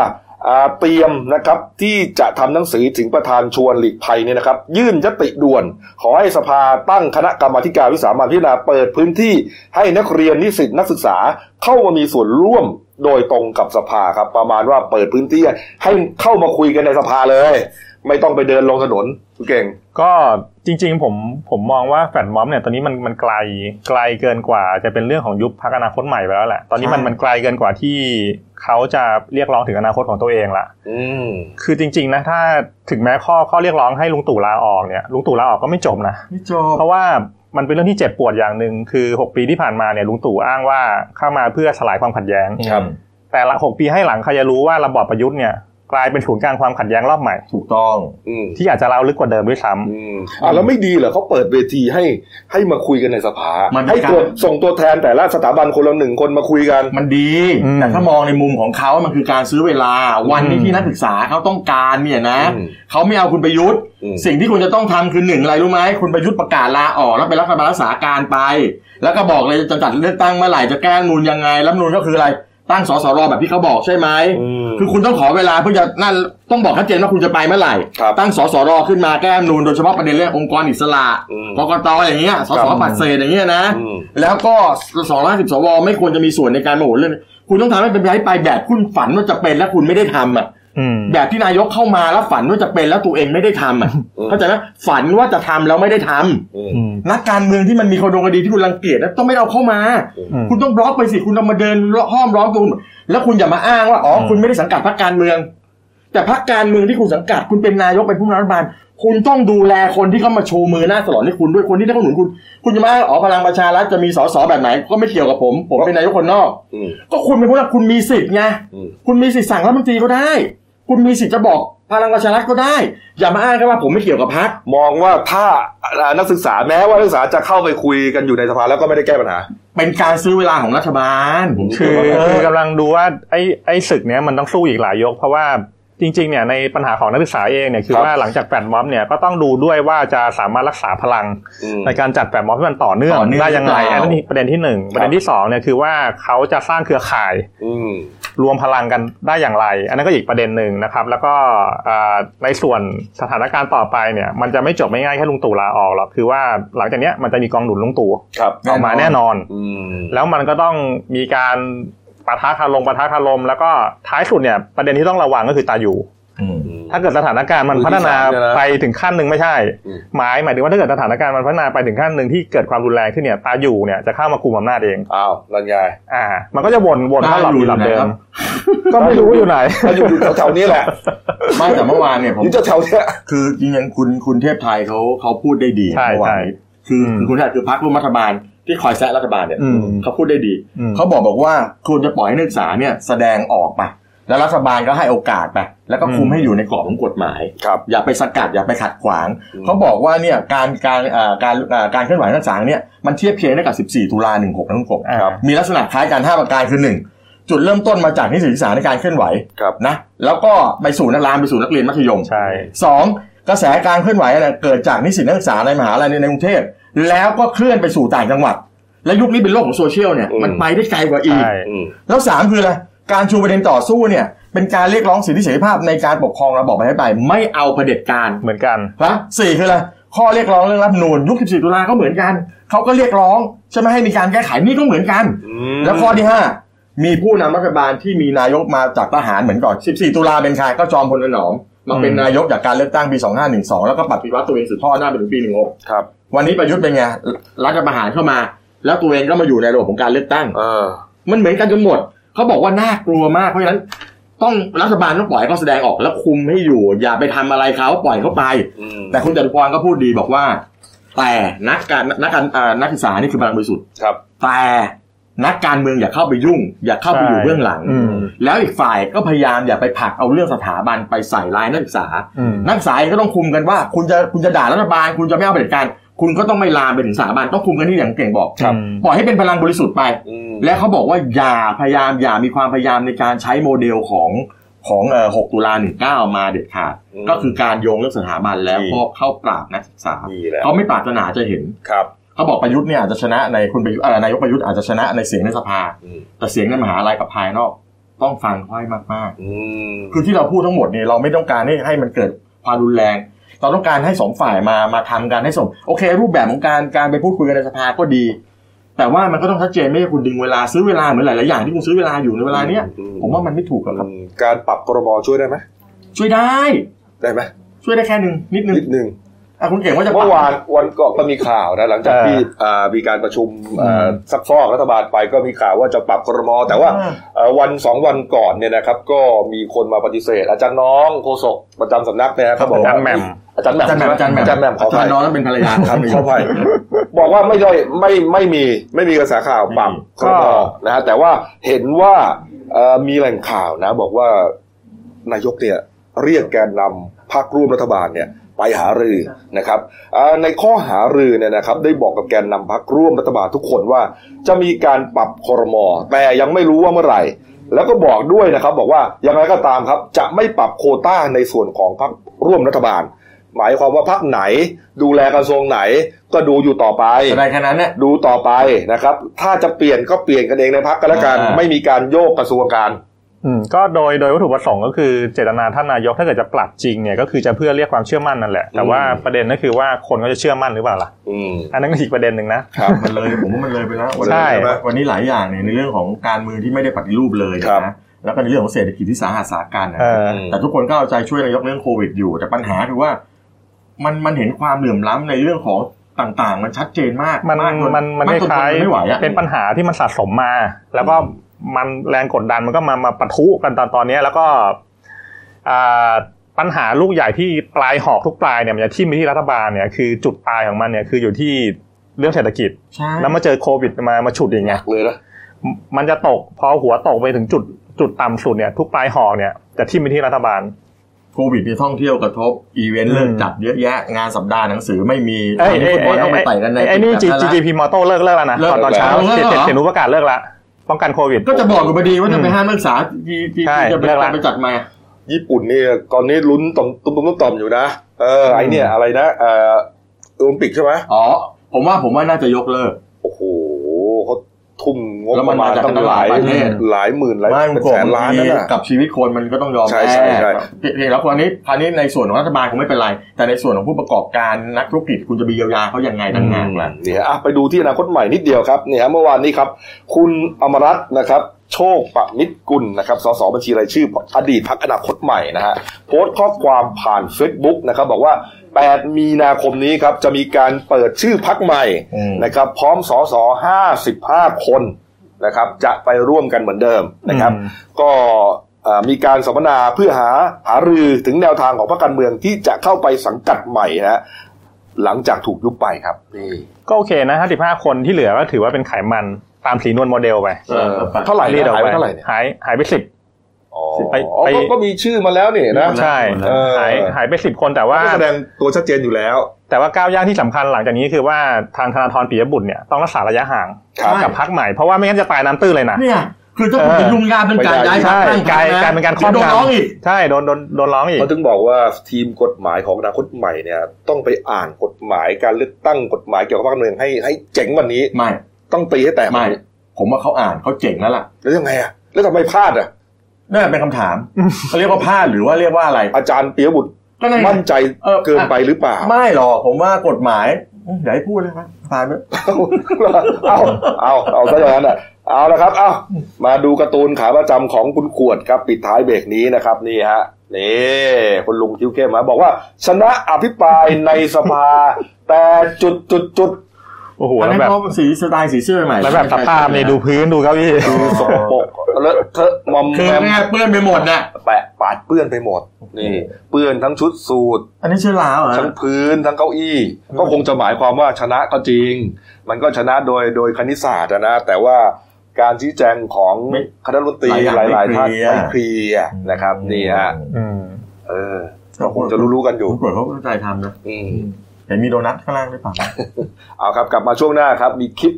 A: อ่าเตรียมนะครับที่จะทำหนังสือถึงประธานชวนหลีกภัยเนี่ยนะครับ ยื่นยติด่วน ขอให้สภาตั้งคณะกรรมาธิการวิสามันพิจารณาเปิดพื้นที่ให้นักเรียนนิสิตนักศึกษาเข้ามามีส่วนร่วมโดยตรงกับสภาครับ ประมาณว่าเปิดพื้นที่ให้เข้ามาคุยกันในสภาเลย ไม่ต้องไปเดินลงถนนคุณเก่ง
C: ก็จริงๆผมผมมองว่าแฟนม็อบเนี่ยตอนนี้มันมันไกลไกลเกินกว่าจะเป็นเรื่องของยุบพักอนาคตใหม่ไปแล้วแหละตอนนี้มัน
B: ใช่
C: มันไกลเกินกว่าที่เขาจะเรียกร้องถึงอนาคตของตัวเองละ
A: อืม
C: คือจริง ๆ นะถ้าถึงแม้ข้อข้อเรียกร้องให้ลุงตู่ลาออกเนี่ยลุงตู่ลาออกก็ไม่จบนะ
B: นี่จบ
C: เพราะว่ามันเป็นเรื่องที่เจ็บปวดอย่างหนึ่งคือ 6 ปีที่ผ่านมาเนี่ยลุงตู่อ้างว่าเข้ามาเพื่อสลายความขัดแย้ง
B: ครับ
C: แต่ละ 6 ปีให้หลังใครจะรู้ว่าระบอบประยุทธ์เนี่ยกลายเป็นศูนย์กลางความขัดแย้งรอบใหม่
B: ถูกต้อง
A: อืม
C: ที่อาจจะเล่าวลึกกว่าเดิมด้วยซ้ำ
A: อืมอ่ะแล้วไม่ดีเหรอเขาเปิดเวทีให้ให้มาคุยกันในสภา
B: มันเป็น
A: ให้ตัว
B: การ
A: ส่งตัวแทนแต่ละสถาบันคนละหนึ่งคนมาคุยกัน
B: มันดี
C: อืม
B: แต่ถ้ามองในมุมของเขา มันคือการซื้อเวลา วันนี้
C: อืม
B: ที่นักศึกษาเขาต้องการเนี่ยนะ
A: อืม
B: เขาไม่เอาคุณประยุทธ์
A: อืม
B: สิ่งที่คุณจะต้องทำคือหนึ่งอะไรรู้ไหม คุณประยุทธ์ประกาศลาออกแล้วไปรัฐบาลรักษาการไป แล้วก็บอกเลยจะจัดเลือกตั้งเมื่อไหร่ จะแก้รัฐธรรมนูนยังไงรัฐธรรมนูนก็คืออะไร ตั้งสสรแบบที่เขาบอกใช่ไหม
A: คื
B: คือ อคุณต้องขอเวลาเพื่อจะนั่นต้องบอกชัดเจนว่าคุณจะไปเมื่อไหร่
A: ครับ
B: ตั้งสสรขึ้นมาแก้รัฐธรรมนูนโดยเฉพาะประเด็นเรื่ององค์กรอิสระ กกตอย่างเงี้ย สสปัดเศษอย่างเงี้ยนะ
A: อืม
B: แล้วก็สองร้อยสิบสวไม่ควรจะมีส่วนในการโหวตเรื่องนี้คุณต้องทำให้เป็นไปได้ไปแบบคุณฝันว่าจะเป็นแล้วคุณไม่ได้ทำอ่ะ
C: อืม
B: แบบที่นายกเข้ามาแล้วฝันว่าจะเป็นแล้วตัวเองไม่ได้ทำอ่ะ
A: อืม
B: เข้าใจไหมฝันว่าจะทำแล้วไม่ได้ทำ
A: อืม
B: นักการเมืองที่มันมีคนดงคดีที่คุณรังเกียจแล้วต้องไม่เอาเข้ามา
C: อืม
B: คุณต้องบล็อกไปสิ คุณต้องมาเดินห้อมร้อมตัวคุณแล้วคุณอย่ามาอ้างว่าอ๋ออ
C: ม
B: คุณไม่ได้สังกัดพรรคการเมือง แต่พรรคการเมืองที่คุณสังกัด คุณเป็นนายกเป็นผู้นำรัฐบาล คุณต้องดูแลคนที่เข้ามาโชว์มือหน้าสลอนให้คุณด้วยคนที่ได้เข้าหนุนคุณ คุณจะมาอ้างอ๋อพลังประชารัฐจะมีสสแบบไหน ก็ไม่เกี่ยวกับผม ผมเป็นนายกคนนอก
A: อืม
B: ก็คุณเป็นผู้นำคุณมีสิทธิ์ไง
A: อืม
B: คุณมีสิทธิ์สั่งรัฐมนตรีก็ได้ คุณมีสิทธิ์จะบอกพลังประชารัฐก็ได้ อย่ามาอ้างแค่ว่าผมไม่เกี่ยวกับพรรค
A: มองว่าถ้านักศึกษาแม้ว่านักศึกษาจะเข้าไปคุยกันอยู่ในสภาแล้วก็ไม่ได้แก้ปัญหา
B: เป็นการซื้อเวลาของรัฐบาลผม
C: คื
B: เชื่อ
C: อ
B: ว่า
C: คือกำลังดูว่าไอ้ไอ้ศึกเนี้ยมันต้องสู้อีกหลายยก เพราะว่าจริงๆเนี่ยในปัญหาของนักศึกษาเองเนี่ยคือ
A: ครับ
C: ว่าหลังจากแปดม็อบเนี่ยก็ต้องดูด้วยว่าจะสามารถรักษาพลัง
A: อืม
C: ในการจัดแปดม็อบให้มันต่อเนื่อง
B: ต่อเนื่อง
C: ได้ยังไง
B: หรือเปล่า
C: อันนี้ประเด็นที่หนึ่งประเด็นที่สองเนี่ยคือว่าเขาจะสร้างเครือข่าย
A: อืม
C: รวมพลังกันได้อย่างไร อันนั้นก็อีกประเด็นหนึ่งนะครับ แล้วก็อ่าในส่วนสถานการณ์ต่อไปเนี่ยมันจะไม่จบไม่ง่ายแค่ลุงตู่ลาออกหรอกคือว่าหลังจากเนี้ยมันจะมีกองหนุนลุงตู่
A: ครับ
C: ออกมาแน่นอน
A: อืม
C: แล้วมันก็ต้องมีการปะทะคารมปะทะคารม แล้วก็ท้ายสุดเนี่ยประเด็นที่ต้องระวังก็คือตาอยู่
B: อืม
A: อืม
C: ถ้าเกิดสถานการณ์มันพัฒนาไปถึงขั้นหนึ่งไม่ใช่
A: อืม
C: หมายหมายถึงว่าถ้าเกิดสถานการณ์มันพัฒนาไปถึงขั้นหนึ่งที่เกิดความรุนแรงขึ้นเนี่ยตาอยู่เนี่ยจะเข้ามาคุมอำนาจเอง
A: อ้าวนั่นไง
C: อ่า มันก็จะวนวนเข้าหลับ
B: ตาอยู่
C: หลับเดิ
B: ไหนครั
C: ม
B: บ
C: ก็ไม่รู้อยู่ไหน
A: ถ้าอยู่อยู่แถวๆนี้แหละ
B: ไม่แต่เมื่อวานเนี่ยผม
A: อยู่แถวๆเนี้ย
B: คือจริงๆคุณคุณเทพไทยเขาเขาพูดได้ดี
C: ใช่
B: เมื่อวานนี้คือ
C: อืม
B: คือคุณเทพไทยคือพรรคร่วมรัฐบาลที่คอยแซะรัฐบาลเนี่ย
C: อืม
B: เขาพูดได้ดี
C: อืม
B: เขาบอกบอกว่าคุณจะปล่อยให้นักศึกษาเนี่ยแสดงออกไปแล้วรัฐบาลก็ให้โอกาสไปแล้วก็คุมให้อยู่ในกรอบของกฎหมาย
A: ครับ
B: อย่าไปสกัดอย่าไปขัดขวาง
A: อืม
B: เขาบอกว่าเนี่ยการการเอ่อการเอ่อการเคลื่อนไหวนักศึกษาเนี่ยมันเทียบเคียงได้กับ 14 ตุลา16นะคุณกบ
C: อ่า
B: มีลักษณะคล้ายกัน5ประการคือหนึ่งจุดเริ่มต้นมาจากนิสิตศึกษาในการเคลื่อนไหว
A: ครับ
B: นะแล้วก็ไปสู่นักลามไปสู่นักเรียนมัธยม
C: ใช่
B: สองกระแสการเคลื่อนไหวเนี่ยเกิดจากนิสิตนักศึกษาในมหาลัยในกรุงเทพแล้วก็เคลื่อนไปสู่ต่างจังหวัด และยุคนี้เป็นโลกของโซเชียลเนี่ย
A: อืม
B: มันไปได้ไกลกว่าอีก
C: ใช่
A: อืม
B: แล้วสามคืออะไรการชูประเด็นต่อสู้เนี่ยเป็นการเรียกร้องสิทธิเสรีภาพในการปกครองระบอบประชาธิปไตยไม่เอาเผด็จการ
C: เหมือนกัน
B: นะสี่คืออะไรข้อเรียกร้องเรื่องรัฐธรรมนูนยุค 14 ตุลาก็เหมือนกันเขาก็เรียกร้องใช่ไหมให้มีการแก้ไขนี่ก็เหมือนกัน
A: อืม
B: แล้วข้อที่ 5 มีผู้นำรัฐบาลที่มีนายกมาจากทหารเหมือนก่อน 14 ตุลาเป็นใครก็จอมพลถนอมมาเป็นนายกจากการเลือกตั้งปี 2512 แล้วก็ปฏิวัติตัวเองสืบทอดอำนาจไปถึงปี
A: ครับ
B: 16 วันนี้ประยุทธ์เป็นไงรัฐประหารเข้ามา แล้วตัวเองก็มาอยู่ในระบบของการเลือกตั้ง
A: เออ
B: มันเหมือนกันจนหมด เขาบอกว่าน่ากลัวมากเพราะฉะนั้น ต้องรัฐบาลต้องปล่อยให้เขาแสดงออกแล้วคุมให้อยู่ อย่าไปทำอะไรเขาปล่อยเขาไป
A: อืม
B: แต่คุณจตุพรก็พูดดีบอกว่า แต่นักการนักการอ่านักศึกษานี่คือพลังบริสุทธิ์
A: ครับ
B: แต่นักการเมืองอย่าเข้าไปยุ่ง อย่าเข้าไปอยู่เบื้องหลัง
C: อืม
B: แล้วอีกฝ่ายก็พยายามอย่าไปผลักเอาเรื่องสถาบันไปใส่ร้ายนักศึกษา
C: อืม
B: นักศึกษาเองก็ต้องคุมกันว่า คุณจะคุณจะด่ารัฐบาล คุณจะไม่เอาเผด็จการ คุณก็ต้องไม่ลามไปถึงสถาบันต้องคุมกันที่อย่างเก่งบอก
C: ครับ
B: ปล่อยให้เป็นพลังบริสุทธิ์ไป
A: อืม
B: และเขาบอกว่าอย่าพยายามอย่ามีความพยายามในการใช้โมเดลของของเอ่อ6ตุลา19 มาเด็ดขาดก็คือการโยงเรื่องสถาบันแล้วก็เข้าปราบนักศึกษา
A: ดีแล้ว
B: เขาไม่ปรารถนาจะเห็น
A: ครับ
B: เขาบอกประยุทธ์เนี่ยอาจจะชนะในคุณประยุทธ์เอ่อนายกประยุทธ์อาจจะชนะในเสียงในสภา
A: อืม
B: แต่เสียงในมหาลัยกับภายนอก ต้องฟังเขาให้มาก
A: อืม
B: ๆ คือที่เราพูดทั้งหมดเนี่ยเราไม่ต้องการให้ให้มันเกิดความรุนแรง เราต้องการให้สองฝ่ายมามาทำกันให้สมโอเค รูปแบบของการการไปพูดคุยกันในสภาก็ดี แต่ว่ามันก็ต้องชัดเจนไม่ใช่คุณดึงเวลาซื้อเวลาเหมือนหลายๆอย่างที่คุณซื้อเวลาอยู่ในเวลาเนี้ยผมว่ามันไม่ถูกหรอกครับ
A: อืมการปรับพรบช่วยได้ไหม
B: ช่วยได้
A: ได้ไหม
B: ช่วยได้แค่นึงนิดนึง
A: นิดนึง
B: อ่ะคุณเก่งว่าจะปรับ
A: เมื่อวานวันก่อนก็มีข่าวนะหลังจาก
C: เออ
A: ที่อ่ามีการประชุมอ่า
C: อืม
A: ซักฟอกรัฐบาลไปก็มีข่าวว่าจะปรับครมแต่ว่า
B: อ่
A: เอ่อวันสองวันก่อนเนี่ยนะครับ ก็มีคนมาปฏิเสธ อาจารย์น้องโฆษกประจำสำนักเนะครับเขาบอกว่า
C: อาจารย์แหม่ม
A: อาจารย์แหม่ม
B: อาจารย์แหม่มอาจารย์แหม่ม
A: อาจารย์แหม่มขอ
B: อา
A: ไป
B: จารย์น้องนั่นเป็นภรรยา
A: ครับขอไปบอกว่าไม่ย่อยไม่ไม่มีไม่มีกระแสข่าวปรับครมนะฮะแต่ว่าเห็นว่าเอ่อมีแหล่งข่าวนะ บอกว่านายกเนี่ยเรียกแกนนำพรรคร่วมรัฐบาลเนี่ย ไปหารือนะครับอ่าในข้อหารือเนี่ยนะครับได้บอกกับแกนนำพักร่วมรัฐบาลทุกคนว่า จะมีการปรับคอรมอแต่ยังไม่รู้ว่าเมื่อไหร่ แล้วก็บอกด้วยนะครับ บอกว่ายังไงก็ตามครับ จะไม่ปรับโควต้าในส่วนของพักร่วมรัฐบาล หมายความว่าพักไหน ดูแลกระทรวงไหน ก็ดูอยู่ต่อไป
B: จะได้แค่นั้นเนี่ย
A: ดูต่อไปนะครับ ถ้าจะเปลี่ยนก็เปลี่ยนกันเองในพักกันแล้วกัน
B: อ่า
A: ไม่มีการโยกกระทรวงการ
C: อืมก็โดยโดยวัตถุประสงค์ก็คือเจตนาท่านนายกถ้าเกิดจะปรับจริงเนี่ยก็คือจะเพื่อเรียกความเชื่อมั่นนั่นแหละแต่ว่า
A: อืม
C: ประเด็นก็คือว่าคนเขาจะเชื่อมั่นหรือเปล่าล่ะ
A: อืม
C: อันนั้นก็อีกประเด็นหนึ่งนะ
A: ครับ
B: มันเลย (laughs) ผมว่ามันเลยไปแล้ววัน
C: ใช่
B: นี้วันนี้หลายอย่างเนี่ยในเรื่องของการเมืองที่ไม่ได้ปฏิรูปเลย
A: ครับ
B: นะแล้วก็ในเรื่องของเศรษฐกิจที่สาหัสสาการนะ
C: เออ
B: แต่ทุกคนก็เอาใจช่วยนายกเรื่องโควิดอยู่ แต่ปัญหาคือว่า มันมันเห็นความเหลื่อมล้ำในเรื่องของต่างๆ มันชัดเจนมาก
C: มัน
B: ากจ
C: มันมันค
B: มากจน
C: ล้าย
B: ทนไม่ไหวอะ
C: ๆเป็นปัญหาที่มันสะสมมา แล้วก็มันแรงกดดันมันก็มามาปะทุกันตอนตอนเนี้ยแล้วก็อ่าปัญหาลูกใหญ่ที่ปลายหอกทุกปลายเนี่ยมันจะทิ่มไปที่รัฐบาลเนี่ยคือจุดตายของมันเนี่ยคืออยู่ที่เรื่องเศรษฐกิจ
B: ใช่
C: แล้วมาเจอโควิดมามาฉุดอย่างเงี้ย
A: เลยนะ
C: มมันจะตกพอหัวตกไปถึงจุดจุดต่ำสุดเนี่ยทุกปลายหอกเนี่ยจะทิ่มไปที่รัฐบาล
B: โควิดมีท่องเที่ยวกระทบอีเวนต์เลิกจัดเยอะแยะงานสัปดาห์หนังสือไม่มี
C: เอ้ย
B: วันนี้
C: เอ้ย
B: ฟุตบอลต้องไปไต่กันใน
C: เอ้ยไอ้นี่
B: แบบ
C: G
B: ละ
C: G G P มอโต้เลิกเลิกแล้วนะ
B: เลิก
C: ตอนตอนเช้า
B: เลิกแล้วเห
C: เสีย
B: รอ
C: เสียหนูประกาศเลิกละป้องกันโควิด
B: ก็จะบอกอยู่พอดีว่าจะไป
C: อืม
B: ห้ามนักศึกษาที่ที่
C: ใช่
B: ที่จะไป
C: เลิกละ
B: ไปจัดมา
A: ญี่ปุ่นนี่ตอนนี้ลุ้นต่อมตุ้มตุ้มตุ้มต่อมอยู่นะเออไอเนี่ยอะไรนะเอ่อโอลิมปิกใช่ไหม
B: อ๋อ ผมว่าผมว่าน่าจะยกเลิก
A: โอ้โหเขาทุ่มงบ
B: แล้ว
A: ป
B: มัน
A: ระมาณ
B: มาจาก
A: ตั้ง
B: ห
A: ห
B: ลา
A: ลาย ย
B: ประเทศ
A: หลายหมื่นหลาย
B: ไม่
A: เป็น
B: ผ
A: แส
B: ม
A: นล้านนั่นน่ะ
B: กับชีวิตคนมันก็ต้องยอม
A: ใช่ใช่ใช่
B: แพ้เพียงแล้วคนนี้คราวนี้ในส่วนของรัฐบาลคงไม่เป็นไร แต่ในส่วนของผู้ประกอบการนักธุรกิจคุณจะไปเยียวยาเขาอย่างไงต่างหากล่ะ
A: เนี่ยอ่ะไปดูที่อนาคตใหม่นิดเดียวครับเนี่ยฮะเมื่อวานนี้ครับ คุณอมรัตน์นะครับ โชคปนิตกุลนะครับสสบัญชีรายชื่ออดีตพักอนาคตใหม่นะฮะโพสต์ข้อความผ่าน Facebook นะครับ บอกว่า 8 มีนาคมนี้ครับ จะมีการเปิดชื่อพักใหม่
B: อืม
A: นะครับพร้อมสอสอ55 คนนะครับจะไปร่วมกันเหมือนเดิมนะครับ
C: อืม
A: ก็เอ่อมีการสัมมนาเพื่อหาหารือถึงแนวทางของพรรคการเมืองที่จะเข้าไปสังกัดใหม่นะฮะหลังจากถูกยุบไปครับนี่
C: ก็โอเคนะ 55 คนที่เหลือก็ถือว่าเป็นไขมันตามสีนวลโมเดลไป
B: เออ
A: เท่าไหร่
C: รี
A: เนี่ย
C: ดออก
A: หายไป
C: ไป
A: เท่าไหร่เนี่ย
C: หายหายไปสิบ
A: อ๋อ
C: ไป
A: อ๋อ
C: ไป
A: ก็ก็มีชื่อมาแล้วนี่นะ
C: ใช่
A: เออ
C: หายหายไปสิบคนแต่ว่า
A: ก็แสดงตัวชัดเจนอยู่แล้ว
C: แต่ว่าก้าวย่างที่สำคัญหลังจากนี้คือว่าทางธนาธรปิยบุตรเนี่ยต้องรักษาระยะห่าง
A: ครับ
C: กับพักใหม่เพราะว่าไม่งั้นจะตายน้ำตื้นเลยนะ
B: เนี่ยคือถ้าคุณ
C: เออ
B: จะยุ่งยากเรื่องการย้ายพรร
C: ใช่
B: คตั้ง
C: ก
B: พรร
C: ลาย
B: คนะ
C: กลายเป็นการครอบ
B: เดี๋ยวโดนร้อง
C: งำ
B: อีก
C: ใช่โดนโดนโดนร้องอีก
A: เขาถึงบอกว่าทีมกฎหมายของอนาคตใหม่เนี่ยต้องไปอ่านกฎหมายการเลือกตั้งกฎหมายเกี่ยวกับพรรคการเมืองให้ให้เจ๋งกวันนี้
B: ไม่
A: ต้องตีให้แตก
B: ไม่ ผมว่าเขาอ่านเขาเจ๋งแล้วล่ะ
A: แล้วยังไงอ่ะแล้วทำไมพลาดอ่ะ
B: นั่นเป็นคำถามเขาเรียกว่าพลาดหรือว่าเรียกว่าอะไร
A: อาจารย์เปียบุตร
B: ก็นั่นไง
A: มั่นใจ
B: เออ
A: เกินไปหรือเปล่า
B: ไม่หรอกผมว่ากฎหมายเดี๋ยวให้พูดเลยครับผ่านไป
A: เอาเอาเอาซะอย่างนั้นอ่ะเอาละครับ เอามาดูการ์ตูนขาประจำของคุณขวดครับ ปิดท้ายเบรกนี้นะครับ นี่ฮะนี่คุณลุงคิ้วเข้มมาบอกว่า ชนะอภิปรายในสภา แต่จุดจุดจุด
C: โอ้โห
B: อัน
C: แล้
B: นั้
C: วน แบบ
B: เขาสีสไตล์สีเสื้อใหม่
C: แล้วแบบสภาพเนี่ยดูพื้นดูเก้าอี้
A: คือสกปรกเลอะเทอะมอม
B: คือ
A: แมม
B: แม่เปื้อนไปหมดน่ะ
A: แปะปาดเปื้อนไปหมด นี่ เปื้อนทั้งชุดสูท
B: อันนี้เชื้อราเหรอ
A: ทั้งพื้นทั้งเก้าอี้ ก็คงจะหมายความว่าชนะก็จริง มันก็ชนะโดยโดยคณิตศาสตร์อะนะ แต่ว่าการชี้แจงของคณะรัฐมนตรีหลาย ๆ ท่านไม่เคลียร์นะครับ นี่ฮะ
C: อืม
A: เออก็คงจะรู้ ๆ กันอยู่
B: ผมกดเขาตั้งใจทำนะ
A: อืม
B: เห็นมีโดนัทข้างล่างด้วยป่ะ
A: เอาครับกลับมาช่วงหน้าครับ มีคลิป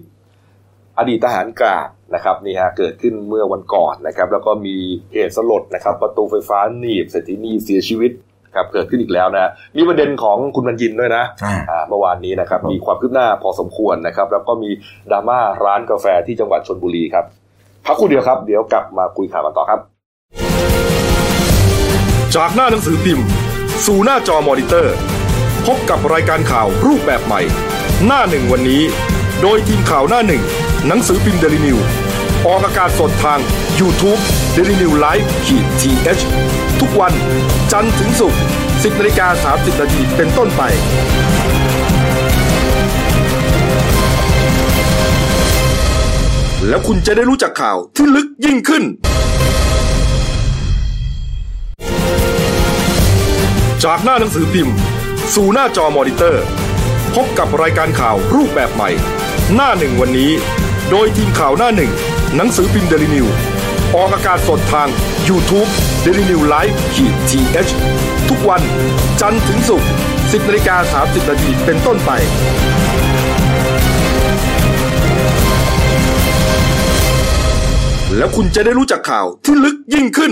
A: อดีตทหารกราบนะครับนี่ฮะเกิดขึ้นเมื่อวันก่อนนะครับ แล้วก็มีเหตุสลดนะครับ ประตูไฟฟ้าหนีบเศรษฐีนีเสียชีวิตครับเกิดขึ้นอีกแล้วนะ มีประเด็นของคุณบรรยินด้วยนะ
B: อ่า
A: อ่าเมื่อวานนี้นะครับมีความคืบหน้าพอสมควรนะครับ แล้วก็มีดราม่าร้านกาแฟที่จังหวัดชนบุรีครับพักครู่เดียวครับ เดี๋ยวกลับมาคุยข่าวกันต่อครับ
D: จากหน้าหนังสือพิมพ์ สู่หน้าจอมอนิเตอร์ พบกับรายการข่าวรูปแบบใหม่ หน้าหนึ่งวันนี้ โดยทีมข่าวหน้าหนึ่ง หนังสือพิมพ์เดลิวิวออกอากาศสดทาง y o u t u เด d ิวิวไลฟ์ขีดทีเทุกวันจันทร์ถึงศุกร์10นาฬิกา30นาทีเป็นต้นไป แล้วคุณจะได้รู้จักข่าวที่ลึกยิ่งขึ้น จากหน้าหนังสือพิมพ์ สู่หน้าจอมอนิเตอร์ พบกับรายการข่าวรูปแบบใหม่ หน้าหนึ่งวันนี้ โดยทีมข่าวหน้าหนึ่ง หนังสือพิมพ์เดลิวิวออกอากาศสดทาง y o u t u เด d ิวิวไลฟ์ขีดทีเทุกวันจันทร์ถึงศุกร์10นาฬิกา30นาทีเป็นต้นไป แล้วคุณจะได้รู้จักข่าวที่ลึกยิ่งขึ้น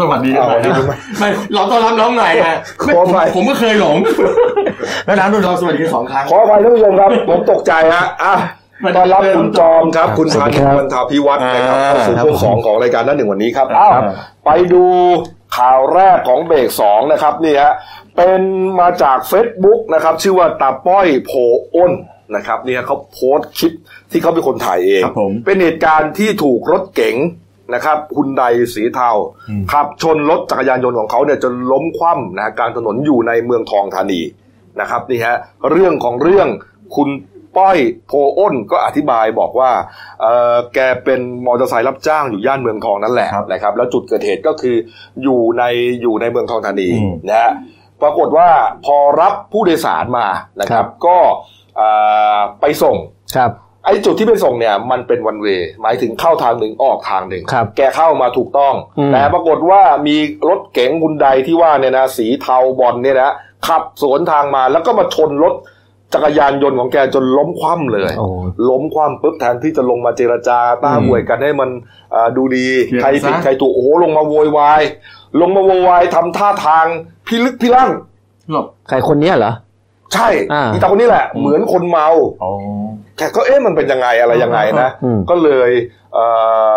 B: สวัสดี
A: อ่าสวัสดี
B: ทำ
A: คุณ
B: ไม
A: แม่
B: ไม่เราต้อนรับน้องหน่อยนะ
A: ขออภัย
B: ผมก็เคยหลง แล้วน้ำโดนเราสวัสดีกันสองครั้ง
A: ขออภัยท่านผู้ชมครับ ผมตกใจฮะอ่ะต้อนรับคุณจอมครับ คุณพันธ์บรรทาพิวัตรนะครับ
B: อ่า
A: เข้าสู่ช่วงส
B: ครับผม
A: องของรายการหนั่นหนึ่งวันนี้ครับ
B: ครับ
A: อ้าว
B: ครับ
A: ไปดูข่าวแรกของเบรกสองนะครับนี่ฮะเป็นมาจาก Facebook นะครับ ชื่อว่าตาป้อยโพอ้นนะครับเนี่ยเขาโพสต์คลิปที่เขาเป็นคนถ่ายเอง
B: ครับผม
A: เป็นเหตุการณ์ที่ถูกรถเก๋งนะครับฮุนไดสีเทา ขับชนรถจักรยานยนต์ของเขาเนี่ยจนล้มคว่ำนะฮะกลารถนนอยู่ในเมืองทองธานีนะครับนี่ฮะเรื่องของเรื่องคุณป้อยโพอ้นก็อธิบายบอกว่าเอ่อแกเป็นมอเตอร์ไซค์รับจ้างอยู่ย่านเมืองทองนั่นแหละ
B: ครับ
A: นะครับ แล้วจุดเกิดเหตุก็คืออยู่ในอยู่ในเมืองทองธานี
B: อืม
A: นะฮะปรากฏว่าพอรับผู้โดยสารมานะครับ ก็เอ่อไปส่ง
E: ครับ
A: ไอ้จุดที่ไปส่งเนี่ยมันเป็นวันเวหมายถึงเข้าทางหนึ่งออกทางหนึ่ง
E: ครับ
A: แกเข้ามาถูกต้อง
E: อืม
A: แต่ปรากฏว่ามีรถเก๋งบุนไดที่ว่าเนี่ยนะสีเทาบอลเนี่ยนะขับสวนทางมาแล้วก็มาชนรถจักรยานยนต์ของแกจนล้มคว่ำเลย
E: โอ้
A: ล้มคว่ำปุ๊บแทนที่จะลงมาเจรจาต้าหวยกันให้มันเอ่อดูดี
B: เคลียร์
A: ใครผิด
B: ซะ
A: ใครถูกโอ้โหลงมาโวยวายลงมาโวยวายทำท่าทางพิลึกพิลั่น
B: หลบ
E: ใครคนเนี้ยเหรอ
A: ใช่
E: อ่า
A: อีตาคนนี้แหละ เหมือนคนเมา แกก็เอ๊ะมันเป็นยังไงอะไรยังไงนะ
E: อืม
A: ก็เลยเอ่อ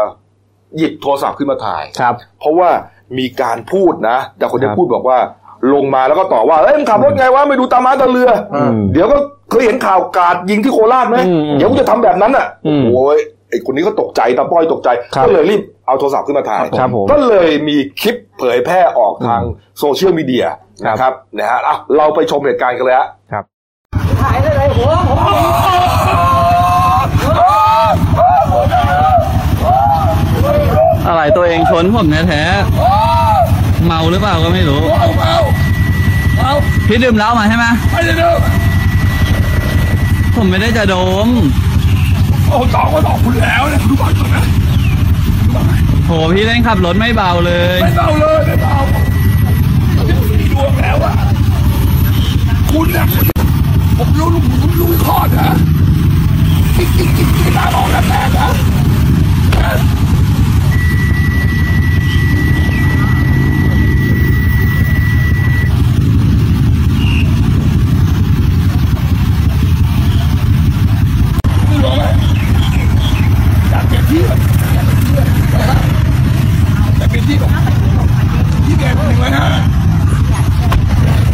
A: หยิบโทรศัพท์ขึ้นมาถ่าย
E: ครับ
A: เพราะว่ามีการพูดนะ แต่คนที่
E: ครับ
A: พูดบอกว่าลงมาแล้วก็ต่อว่าเอ้ยมึงขับรถไงวะไม่ดูตาม้าตาเรืออ
E: ม
A: เดี๋ยวก็เคยเห็นข่าวกราดยิงที่โคราชไหม
E: อืม
A: เดี๋ยวกูจะทำแบบนั้นอ่ะ
E: อืม
A: โอ้ยไอคนนี้ก็ตกใจตาป้อยตกใจ
E: ครับ
A: ก็เลยรีบเอาโทรศัพท์ขึ้นมาถ่าย
E: ครับผม
A: ก็เลยมีคลิปเผยแพร่ออกทางโซเชียลมีเดีย
E: ครับ
A: นะครับนะฮะอ่ะเราไปชมเหตุการณ์กันเลยฮะ
F: ถ่ายได้เลยหัวหัว
G: อะไรตัวเองชนผมแท้ๆเมาหรือเปล่าก็ไม่รู้ เมา เมาพี่ดื่มเหล้ามาใช่ไหมไม่ได้ดื่มผมไม่ได้จะดมโอ้ตอกก็ตอกคุณแล้วเนี่ยดูบัตรก่อนนะโหพี่เล่นขับรถไม่เบาเลย ไม่เบาเลยไม่เบาคุณนะผมรู้ผมรู้ข้อนะ
E: ที่บอกที่เด็กหนึ่งร้อยห้า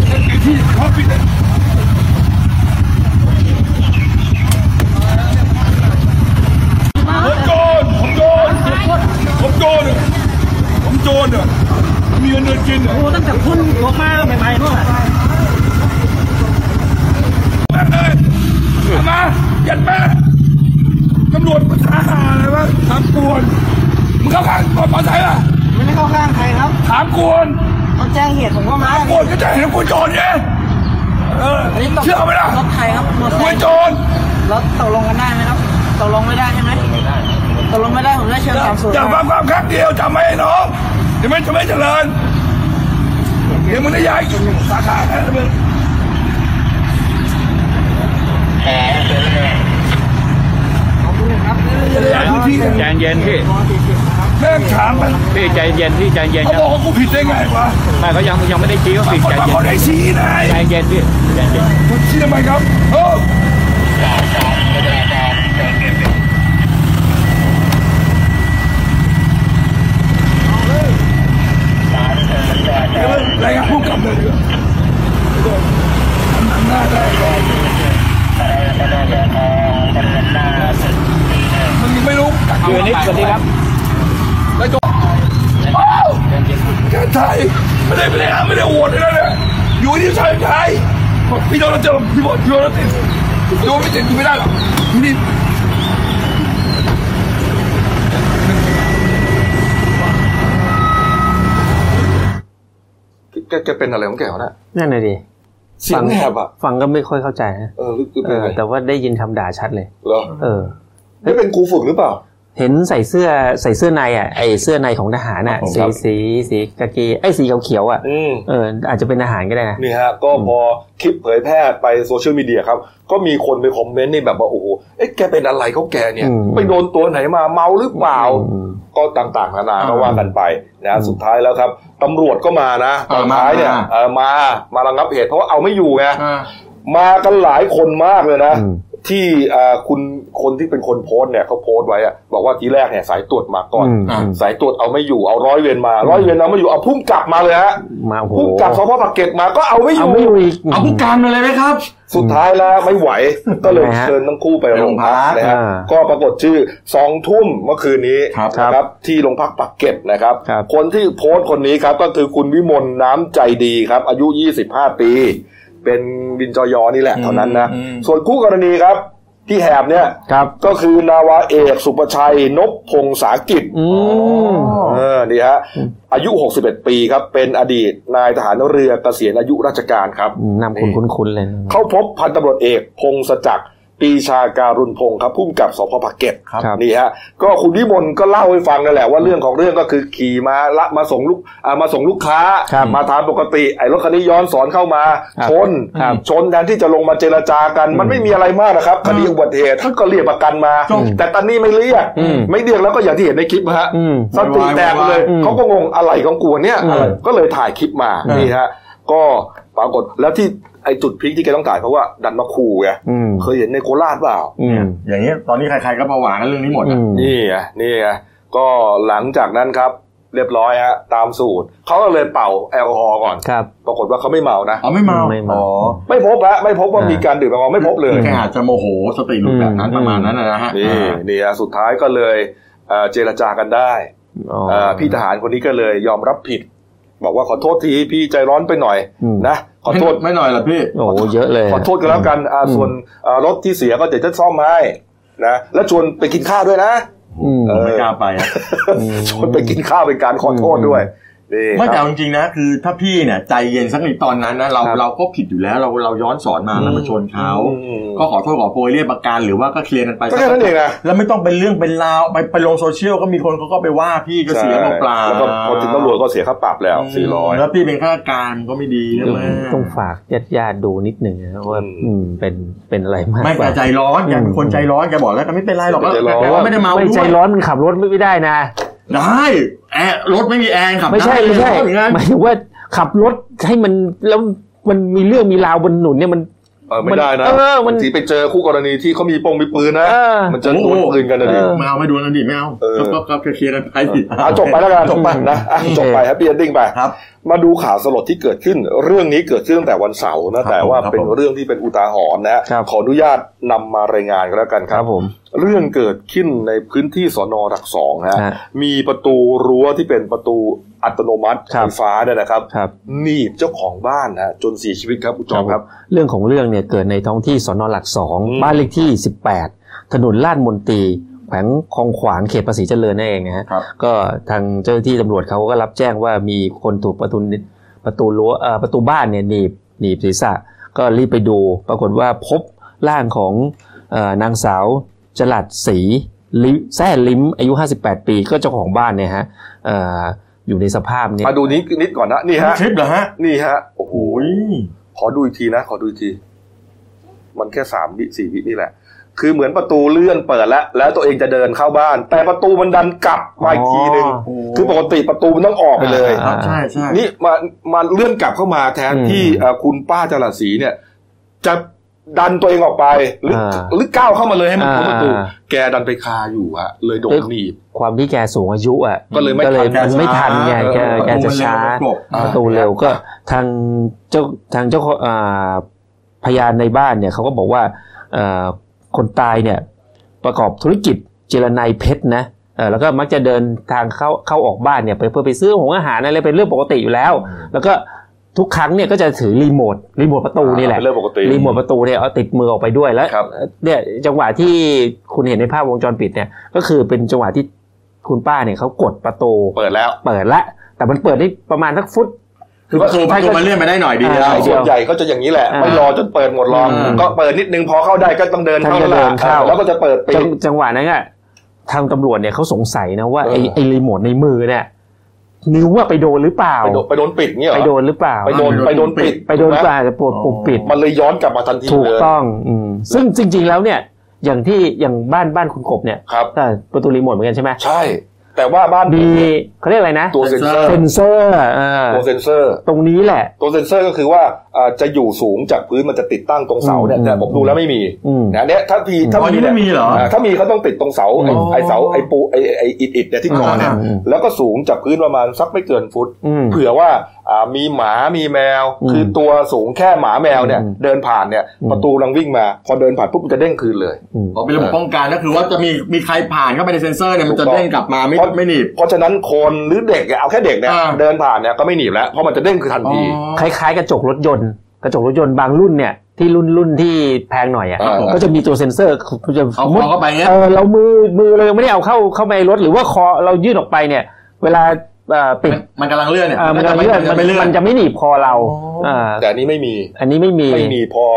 E: ไอ้ที่เขาปิดเนี่ยผมโจรผมโจรผมโจรเนี่ยผมโจรเนี่ยผมมีเงินเดือนกินเนี่ย
F: โอ้ตั้งแต่คุณออกมาใหม่ๆนู่นน่ะ
E: แป๊บนึงเอามาเย็นแม่ตำรวจมันท้าหาอะไรวะถามกวนมึงเข้าข้างกวนปลอดภัยป่ะ
F: ไม่ได้เข้าข้างใครครับ
E: ถามกวน
F: เขาแจ้งเหตุผมก็มาก
E: วนก็จะเห็นกวนโจรไงเออเชื่อไหมล่ะ
F: รถใครครับรถ
E: ก
F: ใคร
E: วนโจร
F: รถตกลงกันได้ไหมครับตกลงไม่ได้ใช่ไหมตกลงไม่ได้ผมได้เชิญตามสูตร
E: อย่าฟังความข้างเดียวจำไว้ไอ้น้องเดี๋ยวมันจะไม่เจริญเดี๋ยวมึงได้ย้ายสาขาแน่เลยมึง
F: ขอบคุณครับ
E: จะได้ย้ายพื้นที่
G: ใจ
E: เนี่ย
G: เย็นพี่
E: แม่งถามมัน
G: พี่ใจเย็นพี่ใจเย็น
E: เขา
G: นะ
E: บอกว่ากูผิดได้ไงวะ
G: ไม่เขายังยังไม่ได้ชี้ว่าผิด
E: คน
G: ใจ
E: มา
G: เย็
E: ขอน ได้ชี้นะ
G: ใจเย็นพี่ใจเย็น
E: คุณชี้ทำไมครับเออรายงานผู้กำกับเลยทำหน้าได้ก่อนมันไม่รู้กักอยู่นี่สวัสดีครับ แล้วจบการไทยไม่ได้ไม่ได้อ้างไม่ได้โหวตเลยนะเนี่ยอยู่ที่ชายไทย พี่โดนเราเจอพี่โดนพี่โดนเราติดโดนไม่ติดกูไม่ได้หรอกที่นี่
A: แกแกเป็นอะไรของแกวะเนะ
H: นั่นน่ะดิ
A: เสียงแหบอ่ะ
H: ฟังก็ไม่ค่อยเข้าใจนะ
A: เออหรือคือ
H: เอ
A: เป็นอะ
H: อ
A: ไร
H: แต่ว่าได้ยินคำด่าชัดเลย
A: เหรอ
H: เออ
A: ไม่เป็นครูฝึกหรือเปล่า
H: เห็นใส่เสื้อใส่เสื้อในอ่ะไอเสื้อในของทหารน่ะ
A: ครับผมค
H: สี
A: รับ
H: สีสีกากีไอสีเขียวๆอ่ะ
A: อืม
H: เอออาจจะเป็นทหารก็ได้นะ
A: นี่ฮะก็พอคลิปเผยแพร่ไปโซเชียลมีเดียครับ ก็มีคนไปคอมเมนต์นี่แบบว่า โอ้โหเอ๊ะแกเป็นอะไรเขาแกเนี่ย
H: อืม
A: ไปโดนตัวไหนมาเมาหรือเปล่า
H: อืม
A: ก็ต่างๆนานาก็ว่ากันไปนะฮะสุดท้ายแล้วครับตำรวจก็มานะต
B: เอ
A: อน
B: อมา
A: ท้ายเนี่ย
B: มา
A: เออมามาระงับเหตุเพราะว่าเอาไม่อยู่ไง
B: อ่า
A: มากันหลายคนมากเลยนะ
H: อืม
A: ที่อ่าคุณคนที่เป็นคนโพสต์เนี่ยเขาโพสต์ไว้อะบอกว่าทีแรกเนี่ยสายตรวจมาก่อน
H: อืม
B: อ่ะ
H: อืม
A: สายตรวจเอาไม่อยู่เอาร้อยเวรมาร้อยเวรเอาไม่อยู่เอาพุ่งกลับมาเลยฮะ
H: มาโอ้โห
A: พุ่งกลับสพปากเกร็ดมาก็เอาไม่อ
H: เอา
A: ยู่
H: ไม่อยู่อีก
B: เอาผู้การมาเลยไหมครับ
A: สุดท้ายแล้วไม่ไหว ก็เลย
H: ทำไมฮะ
A: เชิญทั้งคู่ไป
B: ไป
A: โร
B: โรง งพั
A: พัก
B: ก
A: นะฮะ
H: อ่า
A: ก็ปรากฏชื่อสองทุ่มเมื่อคืนนี้
B: ครับ
A: นะที่โรงพักปักเกร็ดนะครับ
H: ครับ
A: คนที่โพสต์คนนี้ครับก็คือคุณวิมลน้ำใจดีครับ อายุ 25 ปี เป็นบินจอยอนี่แหละ
B: อืม
A: เท่านั้นนะ
B: อืม
A: ส่วนคู่กรณีครับที่แหบเนี่ย
H: ครับ
A: ก็คือนาวาเอกสุประชัยนพพงษากิจ
H: อืม
A: เออนี่ฮะ อายุ 61 ปีครับ เป็นอดีตนายทหารเรือเกษียณอายุราชการครับ
H: นำคุณคุ้นๆเลยนะ
A: เข้าพบพันตำรวจเอกพงศจักรปรีชาการุณพงศ์ครับผู้กำกับสพปากเกร็ด
B: ครับ
H: ครับ
A: นี่ฮะก็คุณวิมลก็เล่าให้ฟังนั่นแหละว่าเรื่องของเรื่องก็คือขี่มาละมาส่งลูกอ่ามาส่งลูกค้า
H: ครับ
A: มาทานปกติไอ้รถคันนี้ย้อนสอนเข้ามา
H: ครับ
A: ชน
H: ครับ
A: ชนแทนที่จะลงมาเจรจากัน มันไม่มีอะไรมากนะครับคดีอุบัติเหตุท่านก็เรียกประกันมา
B: จบ
A: แต่ตอนนี้ไม่เรียก
H: อืม
A: ไม่เรียกแล้วก็อย่างที่เห็นในคลิปฮะ
H: อืม
A: สติแตกไปเลย
H: อืม
A: เขาก็งงอะไรของกูเนี่ย
H: อืม
A: อะไรก็เลยถ่ายคลิปมา
B: อืม
A: นี่ฮะ ก็ปรากฏแล้วที่ไอจุดพลิกที่แกต้องถ่ายเพราะว่าดันมาคูไง
H: อืม
A: เคยเห็นในโคราชเปล่า
H: อืม
B: อย่างนี้ยตอนนี้ใครๆก็ผวากันเรื่องนี้หมด
H: อื
B: อ่ะ
H: ม
A: นี่ไงนี่ไงก็หลังจากนั้นครับ เรียบร้อยฮะตามสูตรเขาก็เลยเป่าแอลกอฮอล์ก่อน
H: ครับ
A: ปรากฏว่าเขาไม่เมานะ
B: เอาไม่เมา
H: ไม่เมา
B: อ๋อ
A: ไม่พบฮะไม่พบว่ามีการดื่มแอลกอฮอล์ไม่พบเลย
B: คือแกอาจจะโมโหสติหลุดแบบนั้น
H: อืม
B: ประมาณนั้นนะฮะ
A: นี่
B: อ่า
A: นี่ฮะสุดท้ายก็เลยเอ่อเจรจากันได้
H: อ๋อ
A: เอ่อพี่ทหารคนนี้ก็เลยยอมรับผิด บอกว่าขอโทษทีพี่ใจร้อนไปหน่อย
H: อืม
A: นะขอโทษ
B: ไม่หน่อยเหรอพี่
H: โอ้โหเยอะเลย
A: ขอโทษกันแล้วกันอ่า
H: อืม
A: ส่วนอ่ารถที่เสียก็เดี๋ยวจะซ่อมให้นะ แล้วชวนไปกินข้าวด้วยนะ
H: อืม
A: เออ
B: ไม่กล้าไปอะ
A: (laughs) ชวนไปกินข้าวเป็นการขอโทษด้วยนี่
B: ไม่
A: ค
B: แต่
A: รับ
B: เอาจริงๆนะ คือถ้าพี่เนี่ยใจเย็นสักนิดตอนนั้นนะเรา
A: ครับ
B: เราก็ผิดอยู่แล้วเราเราย้อนสอนมาแล้วมาชนเขา
A: อืม
B: ก็ขอโทษขอโพยเรียกประกันหรือว่าก็เคลียร์กันไป
A: ก็แค่นั้นเองนะ
B: แล้วไม่ต้องเป็นเรื่องเป็นราวไปไปลงโซเชียลก็มีคนเขาก็ไปว่าพี่ก็เสียเปล่าๆ
A: แล้วก็พอถึงตำรวจก็เสียค่าปรับแล้วสี่ร้อย
B: แล้วพี่เป็นข้าราชการก็ไม่ดีนะแม่
H: ต้องฝากญาติญาติๆดูนิดหนึ่งนะว่า
A: อืม
H: อืมเป็นเป็นอะไรมาก
B: ไม่
H: กว่า
B: แต่ใจร้อนแกเป็นคน
H: อืม
B: ใจร้อนแกบอกแล้วแกไม่เป็นไรหรอก
A: ใจร้อน
B: แกว่าไม่ได้เมา
H: ไม่
B: ด้วย
H: ใจร้อนมันขับรถไม่ได้นะ
B: ได้แอร์รถไม่มีแอร์ขับ
H: ไม่ใช่
B: ด้
H: ไม่ใช่
B: เหอนกัน
H: หมายถึงว่าขับรถให้มันแล้วมันมีเรื่องมีราวบนถนนเนี่ยมัน
A: เออไม่ได้นะ
H: เออมัน
A: บางทีไปเจอคู่กรณีที่เขามีปงมีปืนนะ
H: เออ
A: มันจะดวลปืนกันนะดิ
H: เออ
B: ไม่เอาไม่ดูแล้วดิไม่เอา
A: เออ
B: ก็ก็ก็เคลียร์กันไปดิ
A: เอาจบไปแล้วกัน
B: จบไป
A: นะอ่ะจบไปแฮปปี้เอนดิ้งไป
B: ครับ
A: มาดูข่าวสลดที่เกิดขึ้น เรื่องนี้เกิดขึ้นตั้งแต่วันเสาร์นะ
B: ครับ
A: แต่ว่า
B: ผมครับ
A: เป็น
B: ผม
A: เรื่องที่เป็นอุทาหรณ์นะฮะ
H: ครับ
A: ขออนุญาตนำมารายงานกันแล้วกัน
H: ค
A: ค
H: รั
A: รั
H: บบ ผม
A: เรื่องเกิดขึ้นในพื้นที่สอนอหลักสองฮะ
H: ฮะ
A: มีประตูรั้วที่เป็นประตูอัตโนมัติ
H: ครั
A: ไฟ
H: บ
A: ฟ้าเนี่ยนะครับ
H: ครับ
A: หนีบเจ้าของบ้านฮะจนเสียชีวิตครับคุณจอมครับ
H: เรื่องของเรื่องเนี่ยเกิดในท้องที่สอนอหลักสอง
A: อืม
H: บ้านเลขที่ 18 ถนนลาดมนตรีแขวงคลองขวางเขตภาษีเจริญนั่นเองนะฮะ
B: ครับ
H: ก็ทางเจ้าหน้าที่ตำรวจเขาก็รับแจ้งว่ามีคนถูกประตูนิประตูรั้วเอ่อประตูบ้านเนี่ยหนีบหนีบศีรษะ ก็รีบไปดู ปรากฏว่าพบร่างของเอ่อนางสาวจลัดศรีลิแซ่ลิ้มอายุ 58 ปีก็เจ้าของบ้านเนี่ยฮะเอ่ออยู่ในสภาพเนี่ย
A: มาดูนี้นิดก่อนนะนี่ฮะ
B: คลิปเหรอฮะ
A: นี่ฮะโอ้โห
B: โอ้ย
A: ขอดูอีกทีนะ ขอดูอีกที มันแค่สามวิสี่วินี่แหละ คือเหมือนประตูเลื่อนเปิดแล้ว แล้วตัวเองจะเดินเข้าบ้าน แต่ประตูมันดันกลับมาอีกทีหนึ่ง
H: อ๋อ
A: คือปกติประตูมันต้องออกไปเลย
H: อ่า
B: ใช่ใช่
A: นี่มามาเลื่อนกลับเข้ามาแทน
H: อืม
A: ที่เอ่อคุณป้าจรศรีเนี่ย จะดันตัวเองออกไปหรืออาหรือก้าวเข้ามาเลยให้มันพ้นประตู
H: อ่า
A: แกดันไปคาอยู่อะเลยโด
H: เอ้
A: น
H: ย
A: หนีบ
H: ความที่แกสูงอายุอ่ะ
A: ก็เลยไม่ทัน
H: มันไม่ทันไงแกแกจะช้า ประตูเร็วก็ทางเจ้าทางเจ้าของอ่าพยานในบ้านเนี่ยเขาก็บอกว่าเอ่อคนตายเนี่ยประกอบธุรกิจเจรนายเพชรนะเอ่อแล้วก็มักจะเดินทางเข้าเข้าออกบ้านเนี่ยไปเพื่อไปซื้อของอาหารอะไรเป็นเรื่องปกติอยู่แล้ว แล้วก็ทุกครั้งเนี่ยก็จะถือรีโมทรีโมทประตูนี่แหละ
A: เป็นเรื่องปกติ
H: รีโมทประตูเนี่ยเอาติดมือออกไปด้วยแล้ว
A: ครับ
H: เนี่ยจังหวะที่คุณเห็นในภาพวงจรปิดเนี่ยก็คือเป็นจังหวะที่คุณป้าเนี่ยเขากดประตู
A: เปิดแล้ว
H: เปิดละ แต่มันเปิดได้ประมาณสักฟุต
B: คือประตูประตูมันเลื่อนไปได้หน่อยเดียว
H: อ่า
A: ส่วนใหญ่ก็จะอย่างนี้แหละ
H: อ่า
A: ไม่รอจนเปิดหมดหรอก
H: อืม
A: ก็เปิดนิดนึงพอเข้าได้ก็ต้องเดินเข้า
H: ท่านจะ
A: แล้
H: เดิ
A: วน
H: เข้า
A: ล่ะแล้วก็จะเปิดปิด
H: จังจังหวะนั้นอะทางตำรวจเนี่ยเขาสงสัยนะว่าไอ้
A: เออ
H: ไอ้รีโมทในมือเนี่ยนิ้วว่าไปโดนหรือเปล่า
A: ไปโดนไปโดนปิดเงี้ยเหร
H: ไป
A: อ
H: โดนหรือเปล่า
A: ไปโดนไปโดนปิด
H: ไปโดน
A: ถูกหม
H: ป่าจะปวดปุ่มปิด
A: มันเลยย้อนกลับมาทันที
H: ถูก
A: เลย
H: ต้องอืมซึ่งจริง ๆ แล้วเนี่ย อย่างที่อย่างบ้านบ้านคุณกบเนี่ย
A: ครับ
H: ก็ประตูรีโมทเหมือนกันใช่ไหม
A: ใช่ แต่ว่าบ้าน
H: มีเขาเรียกอะไรนะ
A: ตัวเซ็นเซอร์
H: เซนเซอร์เออ
A: ตัวเซ็นเซอร์
H: ตรงนี้แหละ
A: ตัวเซ็นเซอร์ก็คือว่าอ่าจะอยู่สูงจากพื้นมันจะติดตั้งตรงเสาเนี่ย
H: อืม
A: แต่ผมดูแล้วไม่มี
H: อืม
A: นะเนี่ยถ้าพี
B: ต
A: ถ้า
B: อน
A: มี
B: นี้
A: เนี่ย
B: ไม่มีเหรอ
A: อ่าถ้ามีเขาต้องติดตรงเสาไอ้
H: อ๋อ
A: ไอ้เสาไอ้ปูไอ้ไอ้อิดอิดเนี่ยที่ก่อเนี่ย
H: อืม
A: แล้วก็สูงจากพื้นประมาณสักไม่เกินฟุต
H: อืม
A: เผื่อว่าอ่ามีหมามีแมว
H: อืม
A: คือตัวสูงแค่หมาแมวเนี่ย
H: อืม
A: เดินผ่านเนี่ย
H: อืม
A: ประตูกำลังวิ่งมา พอเดินผ่านปุ๊บมันจะเด้งคืนเลย
H: อืม
B: อ๋อเป็นระบบป้องกันก็คือว่าจะมีมีใครผ่านเข้าไปในเซ็นเซอร์เนี่ยมันจะเด้งกลับมาไม่
A: เพราะ
B: ไม่หนีบ
A: เพราะฉะนั้นคนหรือเด็กเนี่ยเอาแค่เด็กเนี่ย
B: อ่า
A: เดินผ่านเนี่ยก็ไม่หนีบแล้ว เพราะมันจะเด้งคือทันที
H: คล้ายๆกระจกรถยนต์ กระจกรถยนต์บางรุ่นเนี่ยที่รุ่นรุ่นที่แพงหน่อยอ่ะ
A: อ่า
H: ก็จะมีตัวเซ็นเซอร์คือจะ
B: เอาคอเข้าไปเงี้ย
H: เออเรามือมือเรายังไม่ได้เอาเข้าเข้าไปในรถหรือว่าคอเรายื่นออกไปเนี่ย เวลาเอ่อปิด
B: มันมันกำลังเลื่อนเนี่ย
H: เอ่อมันจะ
B: ไม่
H: เลื่อน
B: มันไม่เลื่อ
H: มัน นจะไม่หนีบคอเราเอ่อ
A: แต่อันนี้ไม่มี
H: อันนี้ไม่มี
A: ไม่มีพอ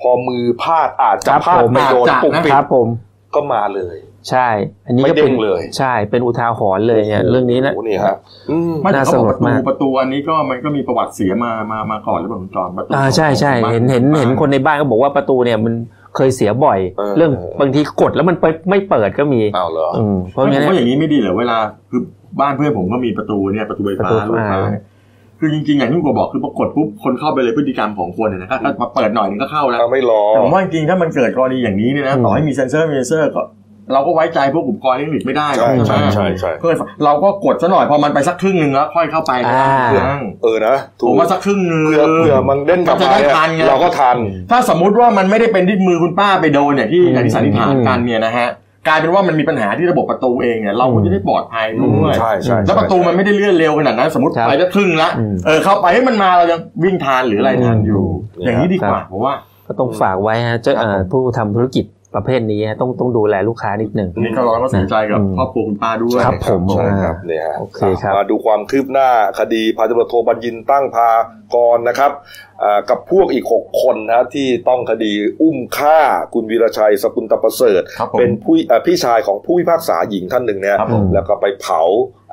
A: พอมือพลาดอาจจะ
H: ครับ
A: พลา
H: ผ
A: ด
H: ม
A: ไปโดน
B: อาจจะ
A: ปุ่มปิ
H: ค
A: ด
H: รับผม
A: ก็มาเลย
H: ใช่ อันนี้
A: ไม่
H: ก็
A: เด้
H: เป็น
A: งเลย
H: ใช่เป็นอุทาหรณ์เลยเนี่ยเรื่องนี้นะ
A: โอ้โหนี่ครับอืม
B: ไม่แต่เขาบอก
H: น่าสล
B: ประ
H: ด
B: ตู
H: มาก
B: ประตูอันนี้ก็มันก็มีประวัติเสียมามามาก่อนหรือเปล่าคุณจอมประตู
H: อ่าใช่ใช่
B: ของบ้า
H: เห็นเห็นเห็นคนในบ้านก็บอกว่าประตูเนี่ยมันเคยเสียบ่อย
A: เออ
H: เรื่องบางทีกดแล้วมันไปไม่เปิดก็มี
A: เอาเหรอ
H: อืมเพ
B: เพราะ
H: ราะ
B: งั้
H: งั้
B: น
H: น
B: เพราะ
H: เนี่ย
B: อย่างนี้ไม่ดีเหรอเวลาคือบ้านเพื่อนผมก็มีประตูเนี่ยประตูไฟฟ้า
H: ประตู
B: ลูกค้า
H: อ่า
B: เนี่ยคือจริงๆอย่างที่คุณกบบอกคือปรากฏปุ๊บคนเข้าไปเลยพฤติกรรมของคนเนี่ยนะครับถ้ามาเปิดหน่อยนึงก็เข้าแล้ว
A: เอาไม่รอ
B: แต่ผมว่าจริงๆถ้ามันเกิดกรณีอย่างนี้เนี่ยนะ
H: อืม
B: ต่อให้มีเซ็นเซอร์มีเซ็นเซอร์ก็เราก็ไว้ใจพวกอุปกรณ์เทคนิคไม่ได้
A: ใช่ใช่ใช่ใช่
B: เพื่อเราก็กดซะหน่อยพอมันไปสักครึ่งหนึ่งแล้วค่อยเข้าไปนะ
A: เออนะ
B: ผ
A: ถูก
B: มว่าสักครึ่งหนึ่ง
A: เผื่อเผื่อมันเด้นกลับ
B: มันจะ
A: มา
B: ได้
A: เนี่ย
B: ทันไง
A: เราก็ทัน
B: ถ้าสมมุติว่ามันไม่ได้เป็นที่มือคุณป้าไปโดนเนี่ยที่
H: อืม
B: อย่างที่สันนิษฐาน
H: อืม
B: กันเนี่ยนะฮะกลายเป็นว่ามันมีปัญหาที่ระบบประตูเองเนี่ยเราก็จะได้ปลอดภัยด้วย
A: ใช่ใช่
B: แล้วประตูมันไม่ได้เลื่อนเร็วขนาดนั้นสมมติ
H: ครับ
B: ไปแล้วครึ่งละ
H: อืม
B: เออเข้าไปให้มันมาเรายังวิ่งทานหรืออะไรทานอยู่
H: อืม
B: อย่างนี้ดีกว่าเพราะว่า
H: ก็ต้องฝากไว้ฮะเจ้าเอ่อผู้ทำธุรกิจประเภทนี้ฮะต้องต้องดูแลลูกค้านิดหนึ่ง
B: อันนี้ก็ร้อยเปอร์เซ็นต์ใจกับ
H: อืม
B: ครอบครัวคุณป้าด้วย
H: ครับผม
A: ใช่
H: อ่า
A: ครับเนี่ยฮะ
H: โอเคครับ
A: มาดูความคืบหน้าคดีพันตำรวจโทบัญญินตั้งพากรนะครับอ่ากับพวกอีก 6 คนนะที่ต้องคดีอุ้มฆ่าคุณวีรชัยสกุลตประเสริฐ
B: ครับผม
A: เป็นผู้อ่าพี่ชายของผู้พิพากษาหญิงท่านหนึ่งเนี่ย
B: ครับผม
A: แล้วก็ไปเผา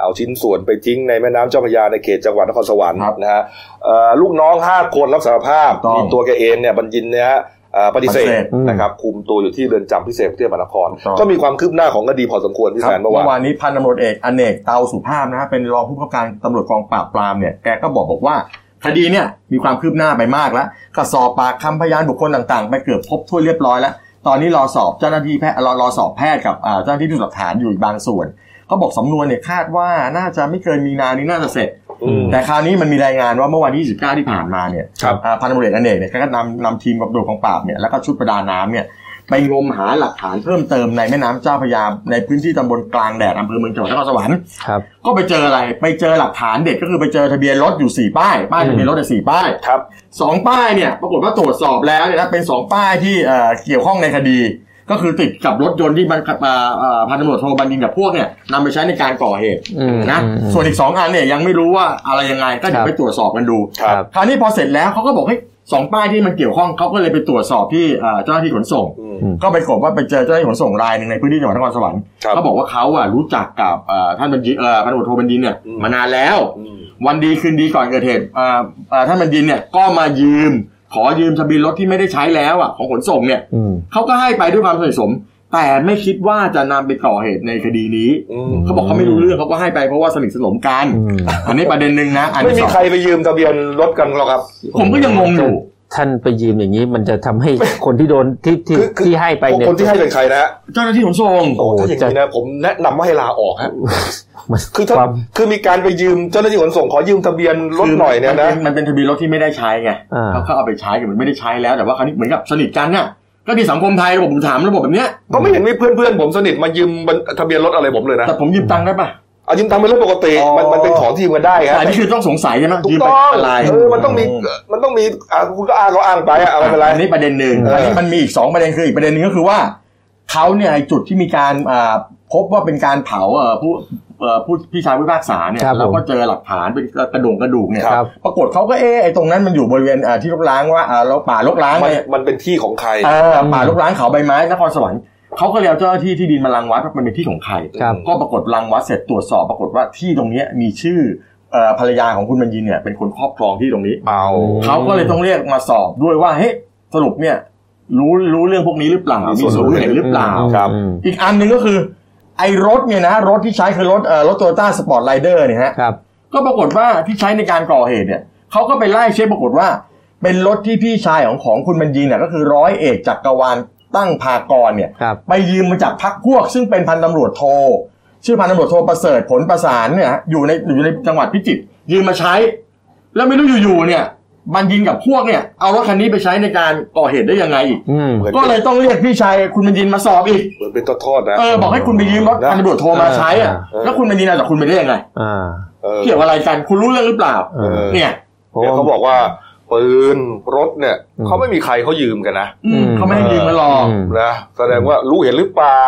A: เอาชิ้นส่วนไปทิ้งในแม่น้ำเจ้าพระยาในเขตจังหวัดนครสวรรค์
B: ครับ
A: นะฮะเอ่อลูกน้อง 5 คนรับสารภาพ
B: ต้อง
A: มีตัวแกเองเนี่ยบัญญินเนี่ยฮะอ่าปฏิเสธ
B: ปฏิเสธ
A: นะครับคุมตัวอยู่ที่เรือนจำพิเศษกรุงเทพมหานคร
B: ถูกต้อง
A: ก็มีความคืบหน้าของคดีพอสมควรพี่
B: ครับ
A: แสนเมื่อวาน
B: เมื่อวานนี้พันตำรวจเอกอเนกเตาสุภาพนะฮะเป็นรองผู้กำกับการตำรวจกองปราบปรามเนี่ยแกก็บอกบอกว่า คดีเนี่ยมีความคืบหน้าไปมากแล้วก็สอบปากคำพยานบุคคลต่างๆ ไปเกือบครบถ้วนเรียบร้อยแล้ว ตอนนี้รอสอบเจ้าหน้าที่แพทย์รอรอสอบแพทย์กับอ่าเจ้าหน้าที่พิสูจน์หลักฐานอยู่อีกบางส่วนเขาบอกสำนวนเนี่ยคาดว่าน่าจะไม่เกินมีนานี้น่าจะเสร็จ แต่คราวนี้มันมีรายงานว่าเมื่อวันที่29ที่ผ่านมาเนี่ย
A: ครับ
B: อ่าพันตำรวจเอกอเนกเนี่ยก็นำนำทีมกับตำรวจกองปราบเนี่ยแล้วก็ชุดประดาน้ำเนี่ยไปงมหาหลักฐานเพิ่มเติมในแม่น้ำเจ้าพระยาในพื้นที่ตำบลกลางแดดอำเภอเมืองจังหวัดนครสวรรค์
H: ครับ
B: ก็ไปเจออะไร ไปเจอหลักฐานเด็ดก็คือไปเจอทะเบียนรถอยู่สี่ป้าย ป้ายทะเบียนรถเนี่ยสี่ป้าย
A: ครับ
B: สองป้ายเนี่ย ปรากฏว่าตรวจสอบแล้วเนี่ยนะเป็นสองป้ายที่เอ่อเกี่ยวข้องในคดี ก็คือติดกับรถยนต์ที่บันเอ่อเอ่อพันตำรวจโทบัญญินกับพวกเนี่ยนำไปใช้ในการก่อเหตุ
H: อืม
B: นะ
H: อืมอืม
B: ส่วนอีกสองอันเนี่ยยังไม่รู้ว่าอะไรยังไง ก็เดี๋ย
H: ค
B: ว
H: รับ
B: ไปตรวจสอบกันดู
A: ครับ
B: คราวนี้พอเสร็จแล้วเขาก็บอกให้ยสองป้ายที่มันเกี่ยวข้องเขาก็เลยไปตรวจสอบที่เอ่อเจ้าหน้าที่ขนส่ง
A: อืม
B: ก็ไปกบว่าไปเจอเจ้าหน้าที่ขนส่งรายหนึ่งในพื้นที่จังหวัดนครสวรรค์
A: ครับ
B: เขาบอกว่าเขาอ่ะรู้จักกับเอ่อท่านบัญญินเอ่อพันตำรวจโทบัญญินเนี่ย
A: อืม
B: มานานแล้ว
A: อืม
B: วันดีคืนดีก่อนเกิดเหตุเอ่อเอ่อท่านบัญญินเนี่ยก็มายืม ขอยืมทะเบียนรถที่ไม่ได้ใช้แล้วอ่ะของขนส่งเนี่ย
H: อืม
B: เขาก็ให้ไปด้วยความสนิทสนม แต่ไม่คิดว่าจะนำไปก่อเหตุในคดีนี้
A: อืม
B: เขาบอกเขาไม่รู้เรื่องเขาก็ให้ไปเพราะว่าสนิทสนมกัน
H: อืม
B: อันนี้ประเด็นหนึ่งนะอัน
A: ไม่
B: ที่
A: มี
B: สอง
A: ใครไปยืมทะเบียนรถกันหรอกครับ
B: ผมก็ยังงงอยู่
H: ท่านไปยืมอย่างนี้มันจะทำให้คนที่โดนที่ที่
A: คือคือ
H: ที่ให้ไปเนี่ย
A: คนที่ให้เป็นใครนะฮะ
B: เจ้าหน้าที่ขนส่ง
A: โอ้ถ้าอย่างนี้นะผมแนะนำว่าให้ลาออกฮะ
H: มัน
A: คือถ้า
H: ความ
A: คือมีการไปยืมเจ้าหน้าที่ขนส่งขอยืมทะเบียนรถหน่อยเนี่ยนะ
B: มัป็มันเป็นทะเบียนรถที่ไม่ได้ใช้ไง
H: อ่า
B: เขาเขาเอาไปใช้กันมันไม่ได้ใช้แล้วแต่ว่าคราวนี้เหมือนกับสนิทกันน่ะก็ดีสังคมไทยระบบผมถามระบบแบบเนี้ย
A: ก็ไม่เห็นมีเพื่อนเพื่อนผมสนิทมายืมบัญทะเบียนรถอะไรผมเลยนะ
B: แต่ผมยืมตังค์ได้ปะ
A: เอายืมตังค์เป็นเรื่องปกติ
B: อ๋อ
A: มันมันเป็นของทีมกันได้ครับ
B: แต่อันนี้คือต้องสงสัยใช่ไหม
A: ถู
B: ยื
A: ก
B: มไป
A: ต้อง
B: อะไร
A: เออมันต้องมีมันต้องมีอ่ะคุณก็อ้างเขาอ้างไปอ่ะเอาไม่เป็นไร
B: อันนี้ประเด็นหนึ่ง
A: เอออั
B: อันนี้มันมีอีกสองประเด็นคืออีกประเด็นหนึ่งก็คือว่าเขาเนี่ยไอ้จุดที่มีการอ่าพบว่าเป็นการเผาเอ่อผู้เอ่อผู้พี่ชายผู้พิพากษาเนี่ย
H: ครับผม
B: เราก็เจอหลักฐานเป็นกระดงกระดูกเนี่ย
H: ครับ
B: ปรากฏเขาก็เออไอ้ตรงนั้นมันอยู่บริเวณอ่าที่รกร้างว่าอ่าเราป่ารกร้าง
A: มัน
B: เนี่ย
A: มันเป็นที่ของใคร
B: เออป่าลูกร้านเขาใบไม้นครสวรรค์เขาก็เลยเอาเจ้าหน้าที่ที่ดินมารังวัดว่ามันเป็นที่ของใคร
H: ครับ
B: ก็ปรากฏรังวัดเสร็จตรวจสอบปรากฏว่าที่ตรงเนี้ยมีชื่อเอ่อภรรยาของคุณบรรยินเนี่ยเป็นคนครอบครองที่ตรงนี้
A: เอา
B: เขาก็เลยต้องเรียกมาสอบด้วยว่าเฮ้ยสรุปเนี่ยรู้รู้เรื่องพวกนี้หรือเปล่ามีส่วนรู้เห็นหรือเปล่า
A: ครับ
H: อืม
B: อีกอันหนึ่งก็คือ ไอ้รถเนี่ยนะรถที่ใช้คือรถเอ่อรถโตโยต้าสปอร์ตไรเดอร์เนี่ยฮะ
H: ครับ
B: ก็ปรากฏว่าที่ใช้ในการก่อเหตุเนี่ยเขาก็ไปไล่เช็คปรากฏว่า เป็นรถที่พี่ชายของของคุณบรรยินน่ะก็คือร้อยเอกจักรวาลตั้งภากรเนี่ย
H: ครับ
B: ไปยืมมาจากพักพวก ซึ่งเป็นพันตำรวจโทชื่อพันตำรวจโทประเสริฐผลประสานเนี่ยฮะอยู่ในอยู่ในจังหวัดพิจิตรยืมมาใช้ แล้วไม่รู้อยู่ๆเนี่ยบรรยินกับพวกเนี่ยเอารถคันนี้ไปใช้ในการก่อเหตุได้ยังไงอีก
H: อืม
A: เหมือน
B: ก็เลยต้องเรียกพี่ชายคุณบรรยินมาสอบอีก
A: เหมือนเป็นทอดๆนะ
B: เออบอกให้คุณไปยืมรถพันตำรวจโทมาใช้อ่ะ
H: เออ
B: แล้วคุณบรรยินเอาจากคุณไปได้ยังไง
H: อ่า
A: เออ
B: เกี่ยวอะไรกันคุณรู้เรื่องหรือเปล่า
H: เออ
A: อ
B: เนี่ย
A: เนี่ยเขาบอกว่าปืนรถเนี่ย
H: อืม
A: เขาไม่มีใครเขายืมกันนะ
B: อืม
H: อืม
B: เขาไม่ให้ยืมมาหรอก
H: อืม
A: นะแสดงว่ารู้เห็นหรือเปล่า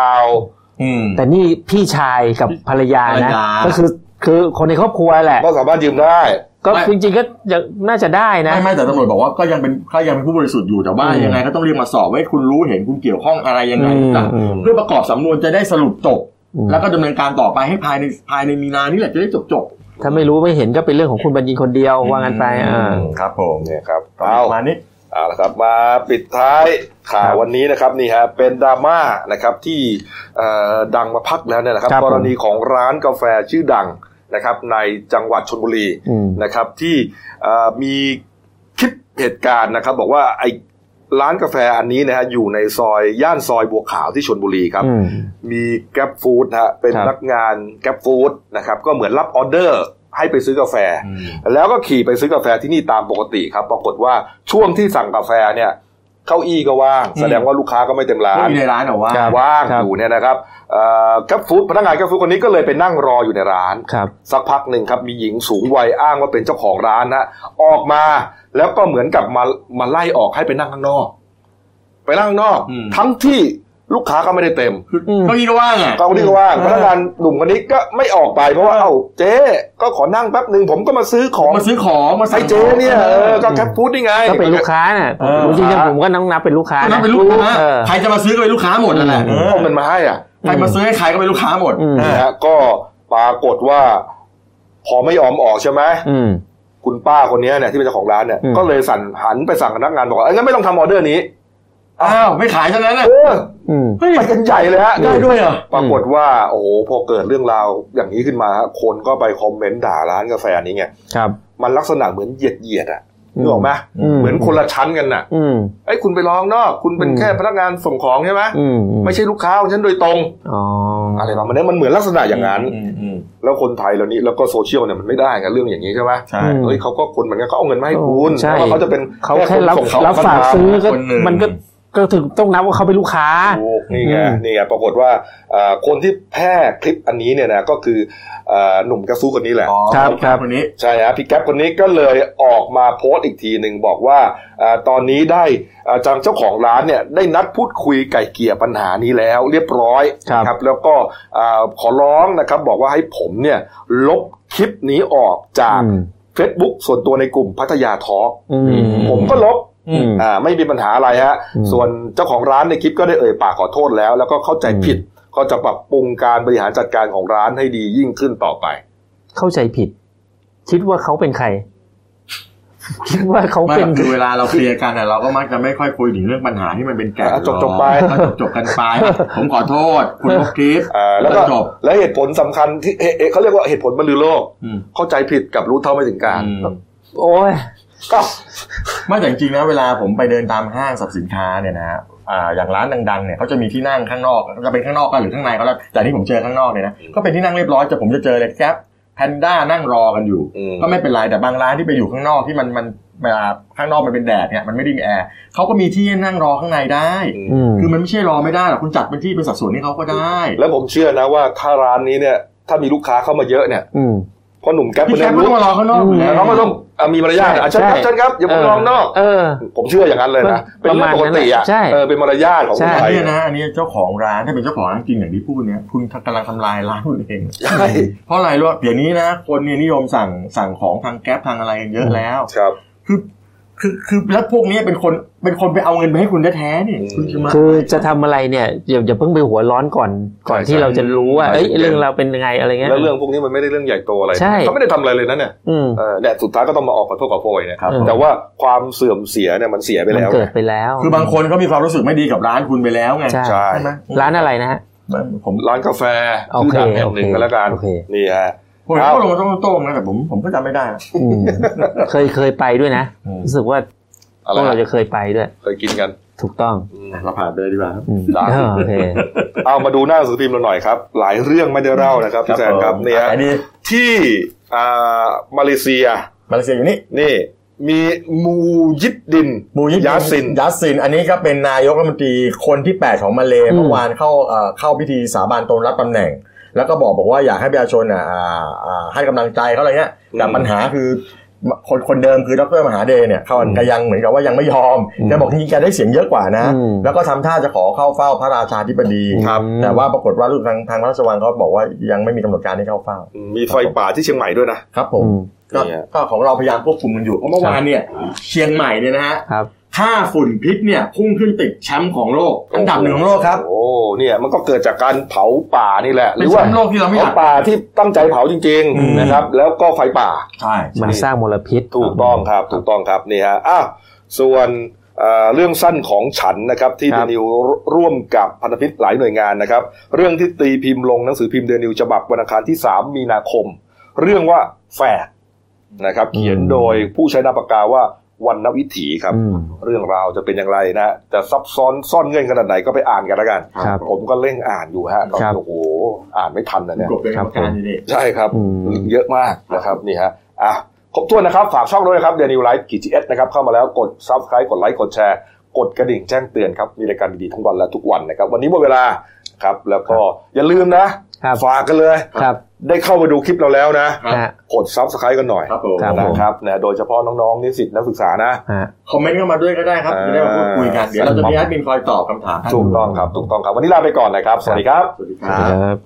B: อืม
H: แต่นี่พี่ชายกับภรรยา
B: ภรร
H: นะ
B: ยา
H: ก็คือคือคนในครอบครัวแหละ
A: ก็สามารถยืมได้
H: ก็จริงๆก็ยังน่าจะได้นะ
B: ไม่ไม่แต่ตำรวจบอกว่าก็ยังเป็นก็ยังเป็นผู้บริสุทธิ์อยู่แต่ว่า
H: อืม
B: ยังไงก็ต้องเรียกมาสอบว่าคุณรู้เห็นคุณเกี่ยวข้องอะไรยังไง
H: อืม
B: ต่าง
H: อืม
B: เพื่อประกอบสำนวนจะได้สรุปจบ
H: อืม
B: แล้วก็ดำเนินการต่อไปให้ภายในภายในมีนานี่แหละจะได้จบจบ
H: ถ้าไม่รู้ไม่เห็นก็เป็นเรื่องของคุณบัญญินคนเดียวว่างันไปอ่า
B: ครับผม
A: เนี่ยครับ
B: เอา
A: เอา
B: มานี้
A: เอาละครับมาปิดท้ายข่าววันนี้นะครับนี่ฮะเป็นดราม่านะครับที่เอ่อดังมาพักแล้วเนี่ยนะครับ
H: ครับ
A: กรณีของร้านกาแฟชื่อดังนะครับในจังหวัดชนบุรี
H: อืม
A: นะครับที่เอ่อมีคลิปเหตุการณ์นะครับ บอกว่าไอร้านกาแฟอันนี้นะฮะอยู่ในซอยย่านซอยบัวขาวที่ชนบุรีครับ
H: อืม
A: มีแก b ฟู้ดฮะเป็น
H: ครั
A: พ
H: บ
A: นักงานแก b ฟู้ดนะครับก็เหมือนรับออเดอร์ให้ไปซื้อกาแฟ แล้วก็ขี่ไปซื้อกาแฟที่นี่ตามปกติครับ ปรากฏว่าช่วงที่สั่งกาแฟเนี่ยเก้าอี้ก็ว่าง
B: อืม
A: แสดงว่าลูกค้าก็ไม่เต็มร้า
B: ไม่
A: น
B: มีในร้านเหรอว่า
H: ครับ
A: ว่างอยู่เนี่ยนะครับแกปฟู้ดพนักงานแกปฟู้ดคนนี้ก็เลยไปนั่งรออยู่ในร้าน
H: ครับ
A: สักพักหนึ่งครับมีหญิงสูงวัยอ้างว่าเป็นเจ้าของร้านนะออกมาแล้วก็เหมือนกับมามาไล่ออกให้ไปนั่งข้างนอก ไปนั่งข้างนอก ทั้งที่ลูกค้าก็ไม่ได้เต็ม
B: คือ
H: อืม
B: เก็ยี่ก็ว่างอ่ะ
A: เก้าอี้ก็ว่าง
B: เออ
A: พนักงานหนุ่มคนนี้ก็ไม่ออกไปเพราะว่าเอ้าเจ๊ก็ขอนั่งแป๊บหนึ่งผมก็มาซื้อของ
B: มาซื้อของมา
A: ไอ้
B: สั่ง
A: เจ๊เนี่ยเออก็แคปฟู้ดนี่ไง
H: ก็เป็นลูกค้าน่ะ
A: เออ
H: จริงๆผมก็นับนับเป็นลูกค้า
B: ก็นับ
H: นะ
B: เป็นลูกค้า
H: เออ
B: ใครจะมาซื้อก็เป็นลูกค้าหมดนั่นแหละ
A: เออเอาเงินมาให้อ่ะ
B: ใครมาซื้อให้ใครก็เป็นลูกค้าหมด
H: อืม
A: นะฮะก็ปรากฏว่า พอไม่ยอมออกใช่ไหม
H: อืม
A: คุณป้าคนนี้เนี่ยที่เป็นเจ้าของร้านเนี่ย
H: อืม
A: ก็เลยสั่นหันไปสั่งพนักงานบอกว่าเอ้ยงั้นไม่ต้องทำออเดอร์นี้
B: อ้าวไม่ขายซะงั้นน่ะ
A: เออ
H: อืม
A: ไปกันใหญ่เลยฮะ
B: ได้ด้วยเหรอ
A: ปรากฏว่าโอ้โหพอเกิดเรื่องราวอย่างนี้ขึ้นมาฮะคนก็ไปคอมเมนต์ด่าร้านกาแฟนี้ไง
H: ครับ
A: มันลักษณะเหมือนเหยียดเหยียดๆอ่ะ
H: อืม
A: นึกออกไหม
H: อืม
A: เหมือนคนละชั้นกันน่ะ
H: อืม
A: ไอ้ยคุณไปลองนอก คุณเป็น
H: อืม
A: แค่พนักงานส่งของใช่ไหม
H: อืมอืม
A: ไม่ใช่ลูกค้าของฉันโดยตรง
H: อ๋ออ
A: อะไรประมาณนี้มันเหมือนลักษณะอย่างนั้น แล้วคนไทยเรานี่แล้วก็โซเชียลเนี่ยมันไม่ได้ไงเรื่องอย่างนี้ใช่ไหม
B: ใช่
H: อืม
A: เฮ้ยเขาก็คนเหมือนกันเขาเอาเงินมาให้คุณ
H: ใช่
A: แล้วเขาจะเป็น
H: เขาแค่รับ
A: นส่งข
H: รับฝาก
A: คนม
H: ซื้อก็
B: คนหนึ่ง
H: มันก็ก็ถึงต้องนับว่าเขาเป็นลูกค้า
A: ถูกนี่ไง
H: อืม
A: นี่ไงปรากฏว่าเอ่อคนที่แพร่คลิปอันนี้เนี่ยนะก็คือเอ่อหนุ่มกระซู้คนนี้แหละ
H: ครับครับ
B: วันนี้
A: ใช่ฮะพี่แก๊ปคนนี้ก็เลยออกมาโพสต์อีกทีหนึ่งบอกว่าอาตอนนี้ได้อ่าจังเจ้าของร้านเนี่ยได้นัดพูดคุยไก่เกลี่ยปัญหานี้แล้วเรียบร้อย
H: ครับ
A: นะแล้วก็อ่าขอร้องนะครับบอกว่าให้ผมเนี่ยลบคลิปนี้ออกจาก
H: อืม
A: Facebook ส่วนตัวในกลุ่มพัทยาทอล์ก
H: อืม
A: ผมก็ลบ
H: อืม
A: อ่าไม่มีปัญหาอะไรฮะ
H: อืม
A: ส่วนเจ้าของร้านในคลิปก็ได้เอ่ยปากขอโทษแล้ว แล้วก็เข้าใจ
H: อืม
A: ผิดก็จะปรับปรุงการบริหารจัดการของร้านให้ดียิ่งขึ้นต่อไป
H: เข้าใจผิด คิดว่าเขาเป็นใคร คิดว่าเขา
B: ไม่
H: เป็น
B: คือเวลาเราเคลียร์กันอะเราก็มักจะไม่ค่อยคุยถึงเรื่องปัญหาที่มันเป็นแก่น
A: อ่ะจบจบไป
B: ก็จบจบกันไป ผมขอโทษ คุณลบคลิป
A: อ่าแล้วก็
B: จบ
A: และเหตุผลสำคัญที่เอเอเขาเรียกว่าเหตุผลบรรลือโลก
B: อืม
A: เข้าใจผิดกับรู้เท่าไม่ถึงการ
B: อืม
H: โอ้ย
A: ก็
B: ไม่แต่จริงๆนะเวลาผมไปเดินตามห้างสรรพสินค้าเนี่ยนะอ่าอย่างร้านดังๆเนี่ยเขาจะมีที่นั่งข้างนอกจะเป็นข้างนอกก็หรือข้างในก็แล้วแต่ที่ผมเจอข้างนอกเนี่ยนะก็เป็นที่นั่งเรียบร้อยแต่ผมจะเจอเลยแก๊ปแพนด้านั่งรอกันอยู่ ก็ไม่เป็นไรแต่บางร้านที่ไปอยู่ข้างนอกที่มันมันเวลาข้างนอกมันเป็นแดดเนี่ยมันไม่ได้มีแอร์เขาก็มีที่ให้นั่งรอข้างในได้
H: อืม
B: คือมันไม่ใช่รอไม่ได้หรอกคุณจัดเป็นที่เป็นสัดส่วนให้เขาก็ได้
A: แล้วผมเชื่อนะว่าถ้าร้านนี้เนี่ยถ้ามีลูกค้าเข้ามาเยอะเนี่ย
H: อืม
A: เพราะหนุ่มแก๊ป
B: พี่
A: คน
B: แค
A: นี้
B: ปไม่
A: รู้
B: ต้องมารอข้างนอกอยู่
A: แล้
B: แล้วว
A: เขาก็ต้องอ่ะมีมารยาทอ่ะ
H: ใช่
A: เชิญครับเชิญครับอย่าเพิ่งลองนอก
H: เออ
A: ผมเชื่ออย่างนั้นเลยนะเป็นเรื่องปกติอ่ะ
H: ประมาณนั้นอะใช่
A: เออเป็นมารยาทของคนไทย
B: เนี่ยนะอันนี้เจ้าของร้านถ้าเป็นเจ้าของร้านจริงอย่างที่พูดเนี่ยคุณกำลังทำลายร้านคุณเอง
A: ใช่
B: เพราะอะไรรู้ป่ะเดี๋ยวนี้นะ คนเนี่ยนิยมสั่งสั่งของทางแก๊ปทางอะไรกันเยอะแล้ว
A: ครับ
B: คือคือคือแล้วพวกเนี้ยเป็นคนเป็นคนไปเอาเงินไปให้คุณแท้ๆนี่
A: อืม
B: คุณจะมา
H: คือจะทำอะไรเนี่ยอย่าอย่าเพิ่งไปหัวร้อนก่อน ก่อนที่เราจะรู้ว่า เอ้ยเรื่องเราเป็นยังไงอะไรเงี้ย
A: แล้วเรื่องพวกนี้มันไม่ได้เรื่องใหญ่โตอะไร
H: ใช่
A: เขาไม่ได้ทำอะไรเลยนะเนี่ย
H: อืม
A: เออเนี่ยสุดท้ายก็ต้องมาออกขอโทษขอโพยเนี่ย
B: ครับ
A: แต่ว่าความเสื่อมเสียเนี่ยมันเสียไป
H: มัน
A: แล้ว
H: เกิดไปแล้ว
B: คือบางคนเขามีความรู้สึกไม่ดีกับร้านคุณไปแล้วไง
H: ใช่
A: ใช่
B: ไหม
H: ร้านอะไรนะฮะ
B: ผม
A: ร้านกาแฟ
H: โอ
A: ชื่อดัง
H: เค
A: แห่งหนึ่ง
H: โอเค
A: ก็แล้วกัน
H: โอเค
A: นี่ฮะ
B: ผมเห็นเขาลงมาต้องโต้งนะแต่ผมผมก็จำไม่ได้นะ
H: อื
A: (laughs)
H: มเคยเคยไปด้วยนะ
B: อืม
H: รู้สึกว่า
A: อะไร
H: พวกเรา
A: ฮะ
H: จะเคยไปด้วย
A: เคยกินกัน
H: ถูกต้อง
A: อืม
B: เราผ่านไปเลยดีกว่าครับ
H: อืม
A: ได้
H: เออโอเค
A: เอามาดูหน้าหนังสือพิมพ์เราหน่อยครับ หลายเรื่องไม่ได้เล่านะครับพี่แซนครับเนี่ย
B: อันนี้
A: ที่อ่ามาเลเซีย
B: มาเลเซียอยู่นี่
A: นี่มีมูยิดดิน
B: มูยิป
A: ยาสิน
B: ยาสิน อันนี้ก็เป็นนายกรัฐมนตรีคนที่ 8 ของมาเล
H: อืม
B: เมื่อวานเข้าเอ่อเข้าพิธีสาบานตนรับตำแหน่ง แล้วก็บอกบอกว่าอยากให้ประชาชนอ่ะอ่าอ่าให้กำลังใจเขาอะไรเงี้ยแต่ปัญหาคือคนคนเดิมคือดรมหาเดเนี่ยเขาก็ยังเหมือนกับว่ายังไม่ยอมแกบอกจริงๆแกได้เสียงเยอะกว่านะ
H: อืม
B: แล้วก็ทำท่าจะขอเข้าเฝ้าพระราชาธิบดี
H: ครับ
B: แต่ว่าปรากฏว่าทางทางพระราชวังเขาบอกว่ายังไม่มีกำหนดการให้เข้าเฝ้า
A: มีไฟป่าที่เชียงใหม่ด้วยนะ
B: ครับผม
H: อืม
B: ก็
A: เนี่ย
B: ก็ของเราพยายามควบคุมมันอยู่เพราะเมื่อวานเนี่ยเชียงใหม่เนี่ยนะฮะ
H: ครับ
B: ค่าฝุ่นพิษเนี่ยพุ่งขึ้นติดแชมป์ของโลก อันดับหนึ่งของโลกครับ
A: โอ้เนี่ยมันก็เกิดจากการเผาป่านี่แหละ ห
B: เป็
A: รือ
B: นแช
A: ว่าม
B: ป์โลกที่เราไม่
A: เผาย
B: อาก
A: ป่าที่ตั้งใจเผาจริง
B: อืม
A: ๆนะครับ แล้วก็ไฟป่า
B: ใช่
H: มันสร้างมลพิษ
A: ถูกต้องครับถูกต้องครับนี่ฮะอ้าวส่วนเอ่อเรื่องสั้นของฉันนะครับที่
H: ค
A: เด
H: รับ
A: นิวร่วมกับพันธมิตรหลายหน่วยงานนะครับ เรื่องที่ตีพิมพ์ลงหนังสือพิมพ์เดนิวฉบับวันอังคารที่ 3 มีนาคม เรื่องว่าแฝดนะครับ เขียนโดยผู้ใช้นามปากกาว่าวันนวิถีครับ
H: อืม
A: เรื่องราวจะเป็นอย่างไรนะจะซับซ้อนซ่อนเงื่อนขนาดไหนก็ไปอ่านกันแล้วกัน
H: ครับ
A: ผมก็เร่งอ่านอยู่ฮะตอน
H: ครับ
A: นี้โอ้โหอ่านไม่ทันนะเนี่ย
B: กบเป็นกรรมการอยู่นี่
A: ใช่ครับ
H: อืม
A: เยอะมากนะครับนี่ฮะอ่ะครบถ้วนนะครับ ฝากช่องด้วยนะครับเดนิวไลฟ์กีจีเอสนะครับ เข้ามาแล้วกดซับสไคร b ์กดไลค์กดแชร์ กดกระดิ่งแจ้งเตือนครับ มีรายการดีๆทั้งวันและทุกวันนะครับ วันนี้หมดเวลาครับ แล้วก็อย่าลืมนะ
H: ครับ
A: ฝากกันเลย
H: ครับ
A: ได้เข้ามาดูคลิปเราแล้วนะ
B: ครั
H: ฮะ
A: กดซับสไคร b ์กันหน่อย
B: ครับผม
H: ครับ
A: นะ
H: ผม
A: ครับนะโดยเฉพาะน้องๆนิสิตนักศึกษานะ
H: ฮะ
B: คอมเมนต์เข้ามาด้วยก็ได้ครับจะได้มาพูดคุยกันเดี๋ยวเราจะมีแอดมินคอยตอบคำถามให้
A: ถูกต้องครับถูกต้องครับ วันนี้ลาไปก่อนนะครับ สวัสดีครับ
B: สวัสดีค
H: ครับ รับ